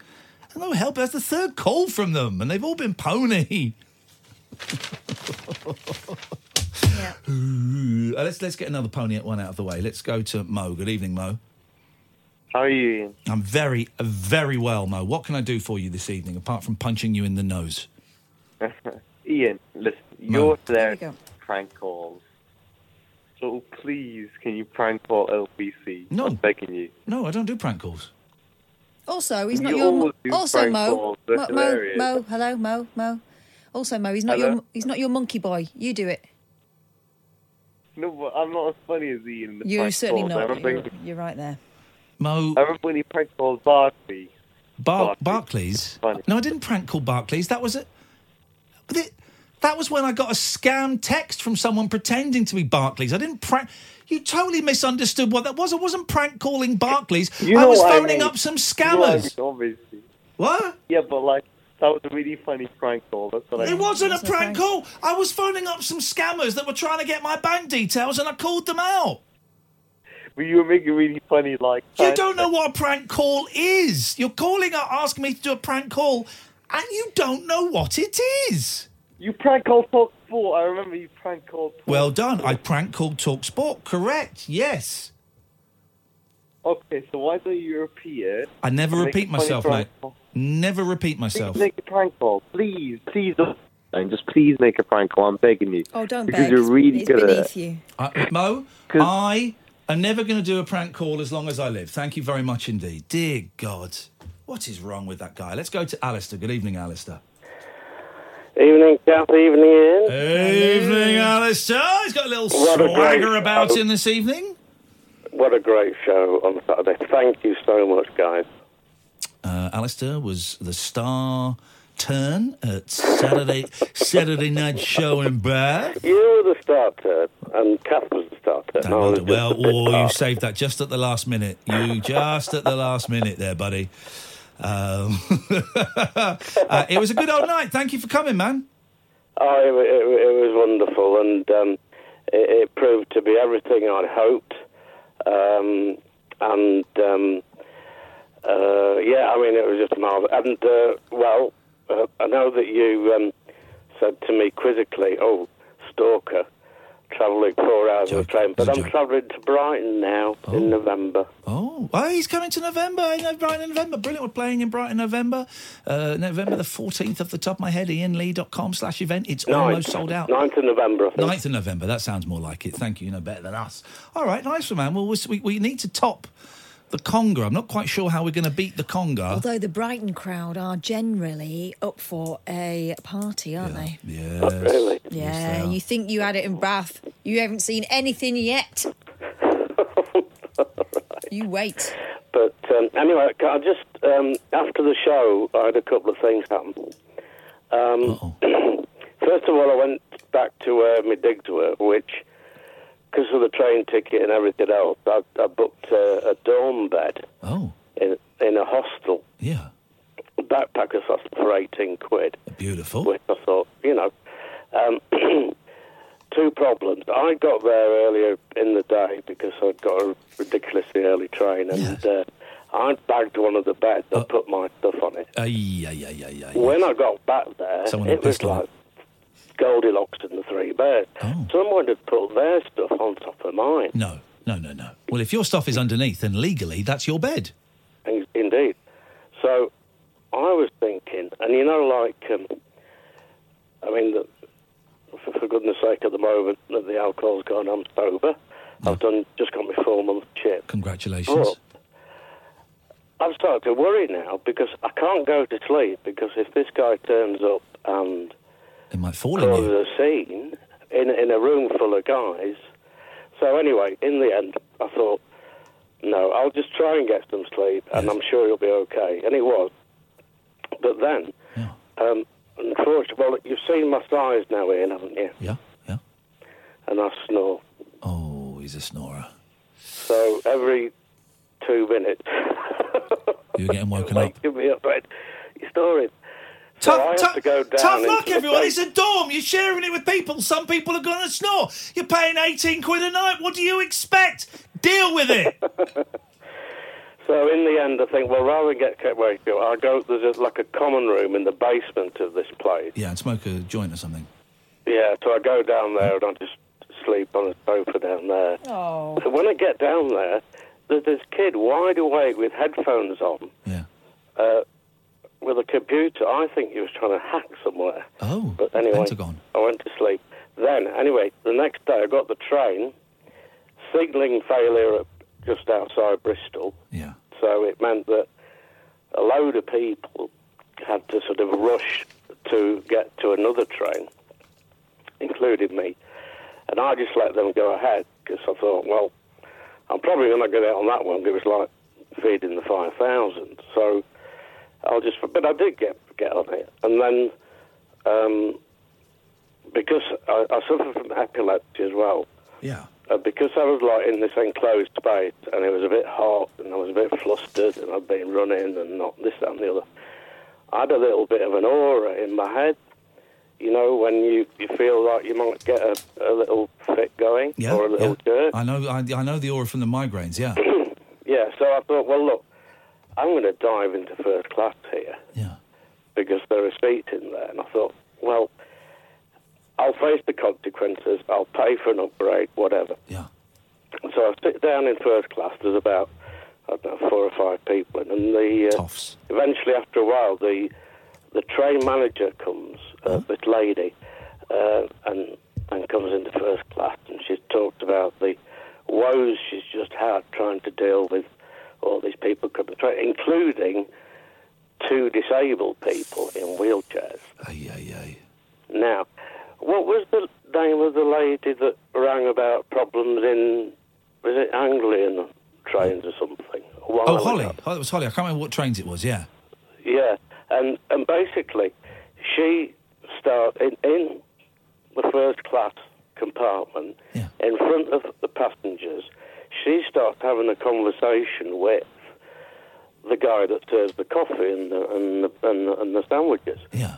Speaker 5: There's no help. That's the third call from them, and they've all been pony. Ooh. Uh, Let's let's get another pony at one out of the way. Let's go to Mo. Good evening, Mo.
Speaker 14: How are you, Ian?
Speaker 5: I'm very very well, Mo. What can I do for you this evening apart from punching you in the nose?
Speaker 14: Ian, listen,
Speaker 5: No.
Speaker 14: you're there
Speaker 5: There you go.
Speaker 14: for prank calls. So please, can you prank call LBC?
Speaker 5: No.
Speaker 14: I'm begging you.
Speaker 5: No, I don't do prank calls.
Speaker 6: Also, he's not
Speaker 14: You
Speaker 6: your.
Speaker 14: always do
Speaker 6: also,
Speaker 14: prank
Speaker 6: Mo.
Speaker 14: calls. They're
Speaker 6: Mo, Mo.
Speaker 14: hilarious.
Speaker 6: Mo. Hello, Mo. Mo. Also, Mo. He's not
Speaker 14: Hello?
Speaker 6: your. He's not your monkey boy. You do it.
Speaker 14: No, but I'm not as funny as Ian. in The
Speaker 6: You're
Speaker 14: prank
Speaker 6: certainly
Speaker 14: calls. I
Speaker 6: not.
Speaker 14: remember,
Speaker 6: You're, you're right there.
Speaker 5: Mo.
Speaker 14: I remember when he prank called Barkley.
Speaker 5: Bar- Barclays. No, I didn't prank call Barclays. That was a. But it- that was when I got a scam text from someone pretending to be Barclays. I didn't prank. You totally misunderstood what that was. I wasn't prank calling Barclays.
Speaker 14: You
Speaker 5: I
Speaker 14: know
Speaker 5: was
Speaker 14: what
Speaker 5: phoning
Speaker 14: mean.
Speaker 5: up some
Speaker 14: You know what I
Speaker 5: scammers.
Speaker 14: mean, obviously.
Speaker 5: What?
Speaker 14: Yeah, but like that was a really funny prank call. That's what I.
Speaker 5: it wasn't a prank call. I was phoning up some scammers that were trying to get my bank details, and I called them out.
Speaker 14: But you were making really funny like.
Speaker 5: You
Speaker 14: prank-
Speaker 5: don't know what a prank call is. You're calling up asking me to do a prank call, and you don't know what it is.
Speaker 14: You prank called Talk Sport. I remember you prank called.
Speaker 5: Well done. I prank called Talk Sport. Correct. Yes.
Speaker 14: Okay, so why don't you repeat it?
Speaker 5: I never
Speaker 14: Make
Speaker 5: repeat
Speaker 14: a funny
Speaker 5: myself,
Speaker 14: prank
Speaker 5: mate. Never repeat myself.
Speaker 14: Please make a prank call. Please, please don't. And just please make a prank call. I'm begging you.
Speaker 6: Oh, don't
Speaker 14: Because
Speaker 6: beg.
Speaker 14: you're
Speaker 6: It's-
Speaker 14: really
Speaker 6: it's
Speaker 14: good at
Speaker 6: beneath
Speaker 14: it.
Speaker 6: you.
Speaker 5: I, Mo, I am never going to do a prank call as long as I live. Thank you very much indeed. Dear God, what is wrong with that guy? Let's go to Alistair. Good evening, Alistair.
Speaker 15: Evening, Cap. Evening, Ian.
Speaker 5: Evening, Alistair. He's got a little
Speaker 15: What a great
Speaker 5: swagger about
Speaker 15: show.
Speaker 5: him this evening.
Speaker 15: What a great show on Saturday. Thank you so much, guys.
Speaker 5: Uh, Alistair was the star turn at Saturday Saturday night show in Bath.
Speaker 15: You were the starter, and Kath was the up. That I was just
Speaker 5: Well,
Speaker 15: a bit
Speaker 5: oh, you
Speaker 15: dark.
Speaker 5: saved that just at the last minute. You just at the last minute there, buddy. Um, uh, it was a good old night. Thank you for coming, man.
Speaker 15: Oh, it, wa- it, wa- it was wonderful, and um, it, it proved to be everything I'd hoped. Um, and um, uh, yeah, I mean, it was just marvelous. And uh, well, uh, I know that you um, said to me quizzically, "Oh, stalker." Travelling four hours on a train, but I'm travelling to Brighton now in November.
Speaker 5: Oh, well, he's coming to November. I know Brighton in November. Brilliant. We're playing in Brighton in November. Uh, November the 14th, off the top of my head, ianlee.com slash event. It's almost sold out.
Speaker 15: 9th of November, I think.
Speaker 5: 9th of November. That sounds more like it. Thank you. You know better than us. All right, nice one, man. Well, we- we, we need to top the conga. I'm not quite sure how we're going to beat the conga.
Speaker 6: Although the Brighton crowd are generally up for a party, aren't they?
Speaker 5: Yes.
Speaker 6: Yeah, you think you had it in Bath. You haven't seen anything yet. You wait.
Speaker 15: But um, anyway, I I just um, after the show, I had a couple of things happen. Um, first of all, I went back to where my digs were, which, because of the train ticket and everything else, I, I booked a, a dorm bed
Speaker 5: oh.
Speaker 15: in in a hostel.
Speaker 5: Yeah.
Speaker 15: Backpackers hostel for eighteen quid.
Speaker 5: Beautiful.
Speaker 15: Which I thought, you know, um, two problems. I got there earlier in the day because I'd got a ridiculously early train, and uh, I bagged one of the beds
Speaker 5: Oh.
Speaker 15: and put my stuff on it.
Speaker 5: Ay, ay, ay, ay, ay.
Speaker 15: When I got back there,
Speaker 5: Someone had
Speaker 15: Uh, it was
Speaker 5: pissed on
Speaker 15: like Goldilocks and the Three Bears.
Speaker 5: Oh.
Speaker 15: Someone had put their stuff on top of mine.
Speaker 5: No, no, no, no. Well, if your stuff is underneath, then legally that's your bed.
Speaker 15: In- Indeed. So I was thinking, and you know, like, um, I mean, the, for, for goodness sake, at the moment that the alcohol's gone, I'm sober. I've done just got my four month chip.
Speaker 5: Congratulations.
Speaker 15: But I've started to worry now because I can't go to sleep because if this guy turns up and
Speaker 5: it might fall
Speaker 15: causes a scene in in a room full of guys. So anyway, in the end, I thought, no, I'll just try and get some sleep, and I'm sure you'll be okay. And it was. But then, um, unfortunately, well, you've seen my size now, Ian, haven't you?
Speaker 5: Yeah, yeah.
Speaker 15: And I snore.
Speaker 5: Oh, he's a snorer.
Speaker 15: So every two minutes,
Speaker 5: You're getting woken up.
Speaker 15: like, give me up, right? You're snoring. So I have to go down.
Speaker 5: Tough luck,
Speaker 15: into the
Speaker 5: everyone.
Speaker 15: bed.
Speaker 5: It's a dorm. You're sharing it with people. Some people are going to snore. You're paying 18 quid a night. What do you expect? Deal with it.
Speaker 15: So in the end, I think, well, rather than get kept waking up, I go. There's a, like a common room in the basement of this place.
Speaker 5: yeah, and smoke a joint or something.
Speaker 15: Yeah, so I go down there and I just sleep on a sofa down there.
Speaker 6: Oh.
Speaker 15: So when I get down there, there's this kid wide awake with headphones on. Yeah. Uh, with a computer. I think he was trying to hack somewhere.
Speaker 5: Oh.
Speaker 15: But anyway, I went to sleep. Then, anyway, the next day I got the train, signalling failure at just outside Bristol.
Speaker 5: Yeah.
Speaker 15: So it meant that a load of people had to sort of rush to get to another train, including me. And I just let them go ahead because I thought, well, I'm probably going to get out on that one because it was like feeding the 5,000. So I'll just, but I did get, get on it. And then, um, because I, I suffer from epilepsy as well,
Speaker 5: Yeah.
Speaker 15: uh, because I was like in this enclosed space and it was a bit hot and I was a bit flustered and I'd been running and not this, that, and the other, I had a little bit of an aura in my head. You know, when you, you feel like you might get a, a little fit going
Speaker 5: Yeah,
Speaker 15: or a little
Speaker 5: yeah.
Speaker 15: jerk.
Speaker 5: I know. I, I know the aura from the migraines. Yeah.
Speaker 15: Yeah, so I thought, well, look, I'm going to dive into first class here.
Speaker 5: Yeah.
Speaker 15: Because there are seats in there. And I thought, well, I'll face the consequences. I'll pay for an upgrade, whatever.
Speaker 5: Yeah.
Speaker 15: And so I sit down in first class. There's about, I don't know, four or five people. in, And the uh, eventually, after a while, the the train manager comes, uh, this lady, uh, and and comes into first class. And she's talked about the woes she's just had trying to deal with all these people coming through, including two disabled people in wheelchairs.
Speaker 5: Aye, aye, aye.
Speaker 15: Now, what was the name of the lady that rang about problems in, was it Anglian trains or something? A while
Speaker 5: Oh,
Speaker 15: ago.
Speaker 5: Holly. Oh, it was Holly. I can't remember what trains it was. Yeah.
Speaker 15: Yeah, and and basically, she start in, in the first class compartment in front of the passengers. She starts having a conversation with the guy that serves the coffee and the, and the, and the, and the sandwiches.
Speaker 5: Yeah.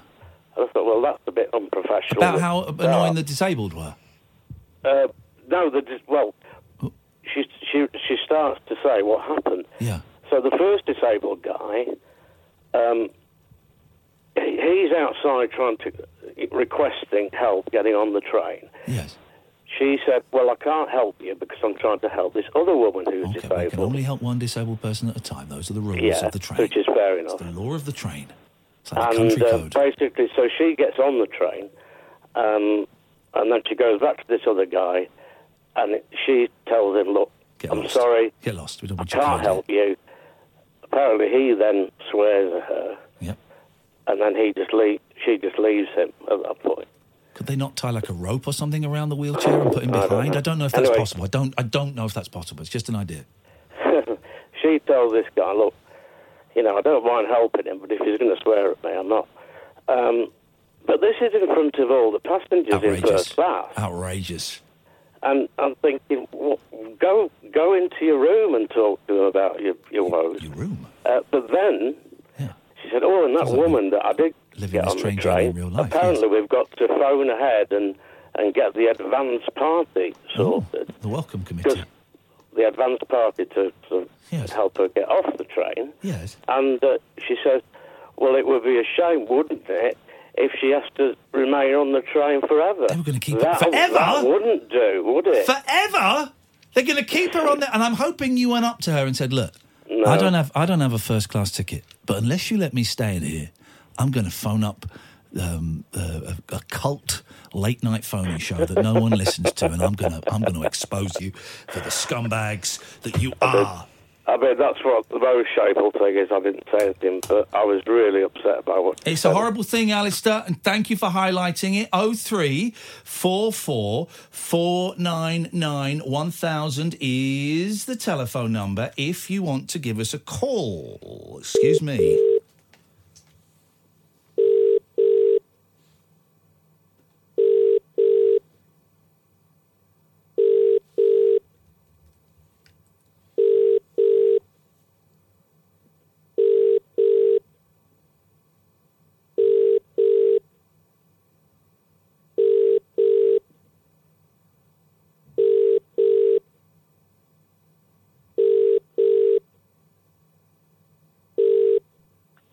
Speaker 15: And I thought, well, that's a bit unprofessional.
Speaker 5: About how annoying the disabled were.
Speaker 15: Uh, no, the dis- well,
Speaker 5: Oh.
Speaker 15: she she she starts to say what happened.
Speaker 5: Yeah.
Speaker 15: So the first disabled guy, um, he, he's outside trying to requesting help getting on the train.
Speaker 5: Yes.
Speaker 15: She said, "Well, I can't help you because I'm trying to help this other woman who's
Speaker 5: You can
Speaker 15: disabled."
Speaker 5: only help one disabled person at a time. Those are the rules
Speaker 15: Yeah,
Speaker 5: of the train.
Speaker 15: which is fair enough.
Speaker 5: It's the law of the train. It's like the
Speaker 15: and
Speaker 5: country
Speaker 15: uh,
Speaker 5: code.
Speaker 15: basically, so she gets on the train, um, and then she goes back to this other guy, and it- she tells him, "Look, I'm sorry,
Speaker 5: Get lost. We don't
Speaker 15: I
Speaker 5: want you
Speaker 15: can't help you." Apparently, he then swears at her,
Speaker 5: Yep.
Speaker 15: and then he just le- she just leaves him at that point.
Speaker 5: Could they not tie like a rope or something around the wheelchair and put him behind? I don't know, if that's
Speaker 15: Anyway.
Speaker 5: possible. I don't. I don't know if that's possible. It's just an idea.
Speaker 15: she told this guy, "Look, you know, I don't mind helping him, but if he's going to swear at me, I'm not." Um, but this is in front of all the passengers in
Speaker 5: Outrageous.
Speaker 15: first class.
Speaker 5: Outrageous.
Speaker 15: And I'm thinking, well, go go into your room and talk to them about your, your woes. Your
Speaker 5: room.
Speaker 15: Uh, but then she said, oh, and that woman that I did get on the train. apparently, we've got to phone ahead and and get the advance party sorted.
Speaker 5: the welcome
Speaker 15: committee. The advance party to, to help her get off the train.
Speaker 5: Yes.
Speaker 15: And uh, she says, well, it would be a shame, wouldn't it, if she has to remain on the train forever? They were going to keep that,
Speaker 5: forever?
Speaker 15: That wouldn't do, would it?
Speaker 5: Forever. They're going to keep her on there, and I'm hoping you went up to her and said, "Look, I don't have. I don't have a first class ticket, but unless you let me stay in here, I'm going to phone up." Um, uh, a, a cult late night phony show that no one listens to, and I'm gonna I'm gonna expose you for the scumbags that you are.
Speaker 15: I mean, that's what the most shameful thing is. I didn't say anything, but I was really upset about what.
Speaker 5: It's a horrible thing, Alistair, and thank you for highlighting it. 03 44 499 1000 is the telephone number if you want to give us a call. Excuse me.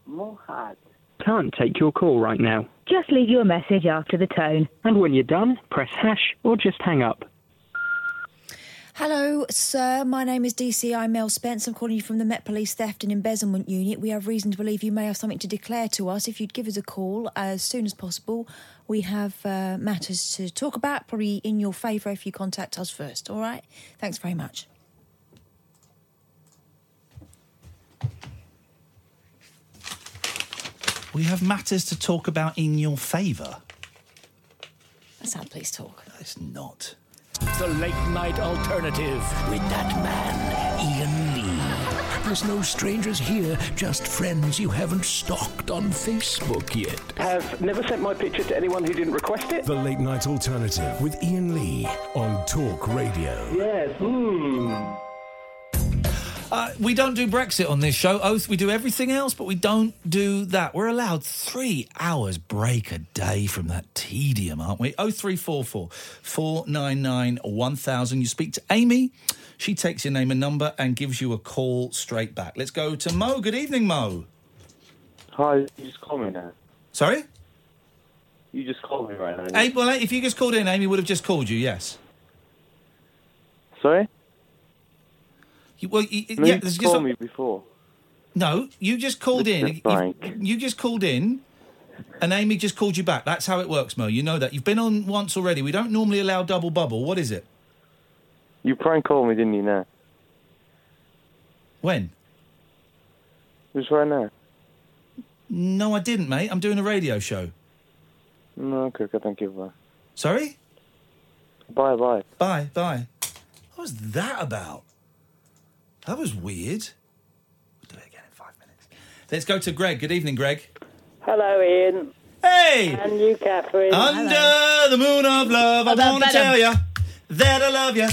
Speaker 16: Mohad.
Speaker 17: Can't take your call right now.
Speaker 18: Just leave your message after the tone.
Speaker 17: And when you're done, press hash or just hang up.
Speaker 6: Hello, sir. My name is DCI Mel Spence. I'm calling you from the Met Police Theft and Embezzlement Unit. We have reason to believe you may have something to declare to us. If you'd give us a call as soon as possible, we have uh, matters to talk about, probably in your favour if you contact us first. All right? Thanks very much.
Speaker 5: We have matters to talk about in your favour.
Speaker 6: That's how police talk.
Speaker 5: It's not.
Speaker 19: The late night alternative with that man, Ian Lee. There's no strangers here, just friends you haven't stalked on Facebook yet.
Speaker 2: Have never sent my picture to anyone who didn't request it. The Late Night Alternative with Ian Lee on Talk Radio.
Speaker 12: Yes. Hmm.
Speaker 5: Uh, we don't do Brexit on this show. Oath, we do everything else, but we don't do that. We're allowed three hours break a day from that tedium, aren't we? 0344 499 1000. You speak to Amy. She takes your name and number and gives you a call straight back. Let's go to Mo. Good evening, Mo.
Speaker 19: Hi, you just call me now.
Speaker 5: Sorry?
Speaker 19: You just call me right now.
Speaker 5: Hey, well, if you just called in, Amy would have just called you, yes.
Speaker 19: Sorry?
Speaker 5: You, well, you,
Speaker 19: No,
Speaker 5: yeah,
Speaker 19: you
Speaker 5: there's
Speaker 19: just
Speaker 5: just
Speaker 19: called
Speaker 5: a-
Speaker 19: me before.
Speaker 5: No, you just called
Speaker 19: Mr.
Speaker 5: in. You-
Speaker 19: Frank.
Speaker 5: You just called in, and Amy just called you back. That's how it works, Mo. You know that. You've been on once already. We don't normally allow double bubble. What is it?
Speaker 19: You prank called me, didn't you, now?
Speaker 5: When?
Speaker 19: Just right now.
Speaker 5: No, I didn't, mate. I'm doing a radio show.
Speaker 19: No, okay, okay, thank you, bye.
Speaker 5: Sorry?
Speaker 19: Bye, bye.
Speaker 5: Bye, bye. What was that about? That was weird. We'll do it again in five minutes. Let's go to Greg. Good evening, Greg.
Speaker 20: Hello, Ian.
Speaker 5: Hey!
Speaker 17: And you, Catherine.
Speaker 5: Under the moon of love, I
Speaker 17: About
Speaker 5: want to
Speaker 17: Venom.
Speaker 5: tell you that I love you.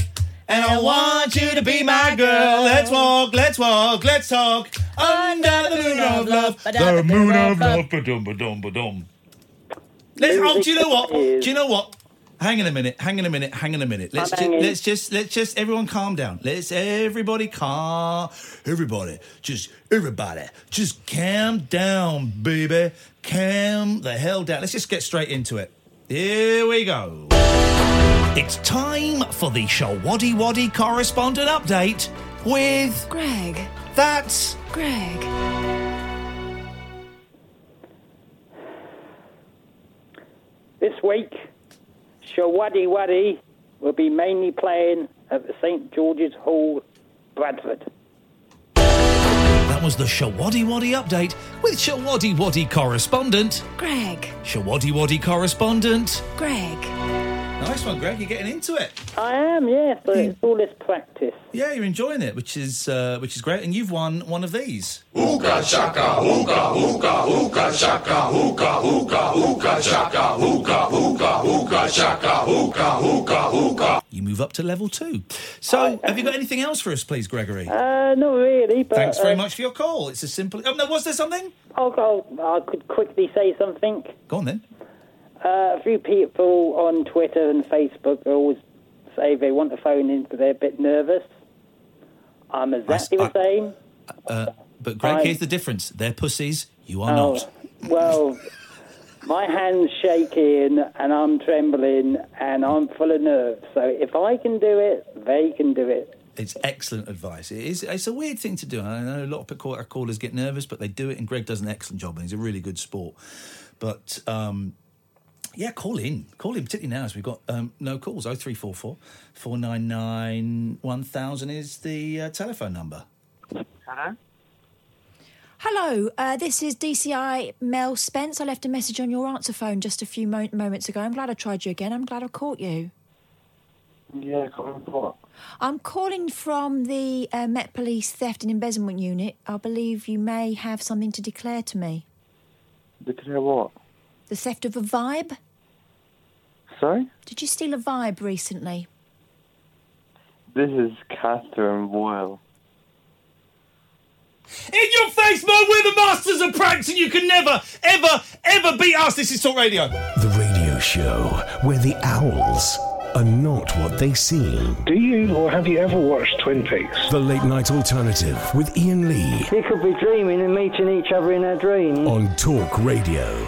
Speaker 5: And I want you to be my girl. Let's walk, let's walk, let's talk. Under the moon of love, the moon of love. Ba-dum, ba-dum, ba-dum. Let's, oh, do you know what? Do you know what? Hang on a minute. Hang on a minute. Hang on a minute. Let's
Speaker 17: I'm
Speaker 5: just,
Speaker 17: hanging.
Speaker 5: let's just let's just everyone calm down. Let's everybody calm. Everybody just everybody just calm down, baby. Calm the hell down. Let's just get straight into it. Here we go. It's time for the Shawaddy Waddy correspondent update with Greg. That's
Speaker 6: Greg.
Speaker 17: This week, Shawaddy Waddy will be mainly playing at the St George's Hall, Bradford.
Speaker 5: That was the Shawaddy Waddy update with Shawaddy Waddy correspondent
Speaker 6: Greg.
Speaker 5: Shawaddy Waddy correspondent.
Speaker 6: Greg.
Speaker 5: Nice one, Greg. You're getting into it.
Speaker 17: I am, yes. but it's all this practice.
Speaker 5: Yeah, you're enjoying it, which is uh, which is great. And you've won one of these.
Speaker 10: Hookah shaka, hookah, hookah, hookah shaka, hookah, hookah, hookah shaka, hookah, hookah, hookah shaka, hookah, hookah, hookah.
Speaker 5: You move up to level two. So, have you got anything else for us, please, Gregory?
Speaker 17: Oh, Uh, not really, but.
Speaker 5: Thanks very
Speaker 17: uh,
Speaker 5: much for your call. It's as simple. Oh, no, was there something?
Speaker 17: I'll, I'll, I could quickly say something.
Speaker 5: Go on then.
Speaker 17: Uh, a few people on Twitter and Facebook always say they want to phone in, but they're a bit nervous. I'm exactly the same.
Speaker 5: Uh, but Greg,
Speaker 17: Hi.
Speaker 5: here's the difference: they're pussies. You are
Speaker 17: Oh,
Speaker 5: not.
Speaker 17: Well, my hand's shaking and I'm trembling and I'm full of nerves. So if I can do it, they can do it.
Speaker 5: It's excellent advice. It is. It's a weird thing to do. I know a lot of pick- our callers get nervous, but they do it, and Greg does an excellent job, and he's a really good sport. But um, yeah, call in, call in, particularly now as we've got um, no calls. Oh three four four four nine nine one thousand is the uh, telephone number.
Speaker 12: Hello.
Speaker 6: Hello, uh, this is DCI Mel Spence. I left a message on your answer phone just a few mo- moments ago. I'm glad I tried you again. I'm glad I caught you.
Speaker 12: Yeah, Colin Paul.
Speaker 6: I'm calling from the uh, Met Police Theft and Embezzlement Unit. I believe you may have something to declare to me.
Speaker 12: Declare what?
Speaker 6: The theft of a vibe?
Speaker 12: Sorry?
Speaker 6: Did you steal a vibe recently?
Speaker 12: This is Catherine Boyle.
Speaker 5: In your face, Mo! We're the masters of pranks, and you can never, ever, ever beat us. This is Talk Radio.
Speaker 2: The radio show where the owls are not what they seem. Do you or have you ever watched Twin Peaks? The late night alternative with Ian Lee
Speaker 17: We could be dreaming and meeting each other in our dreams.
Speaker 2: on Talk Radio.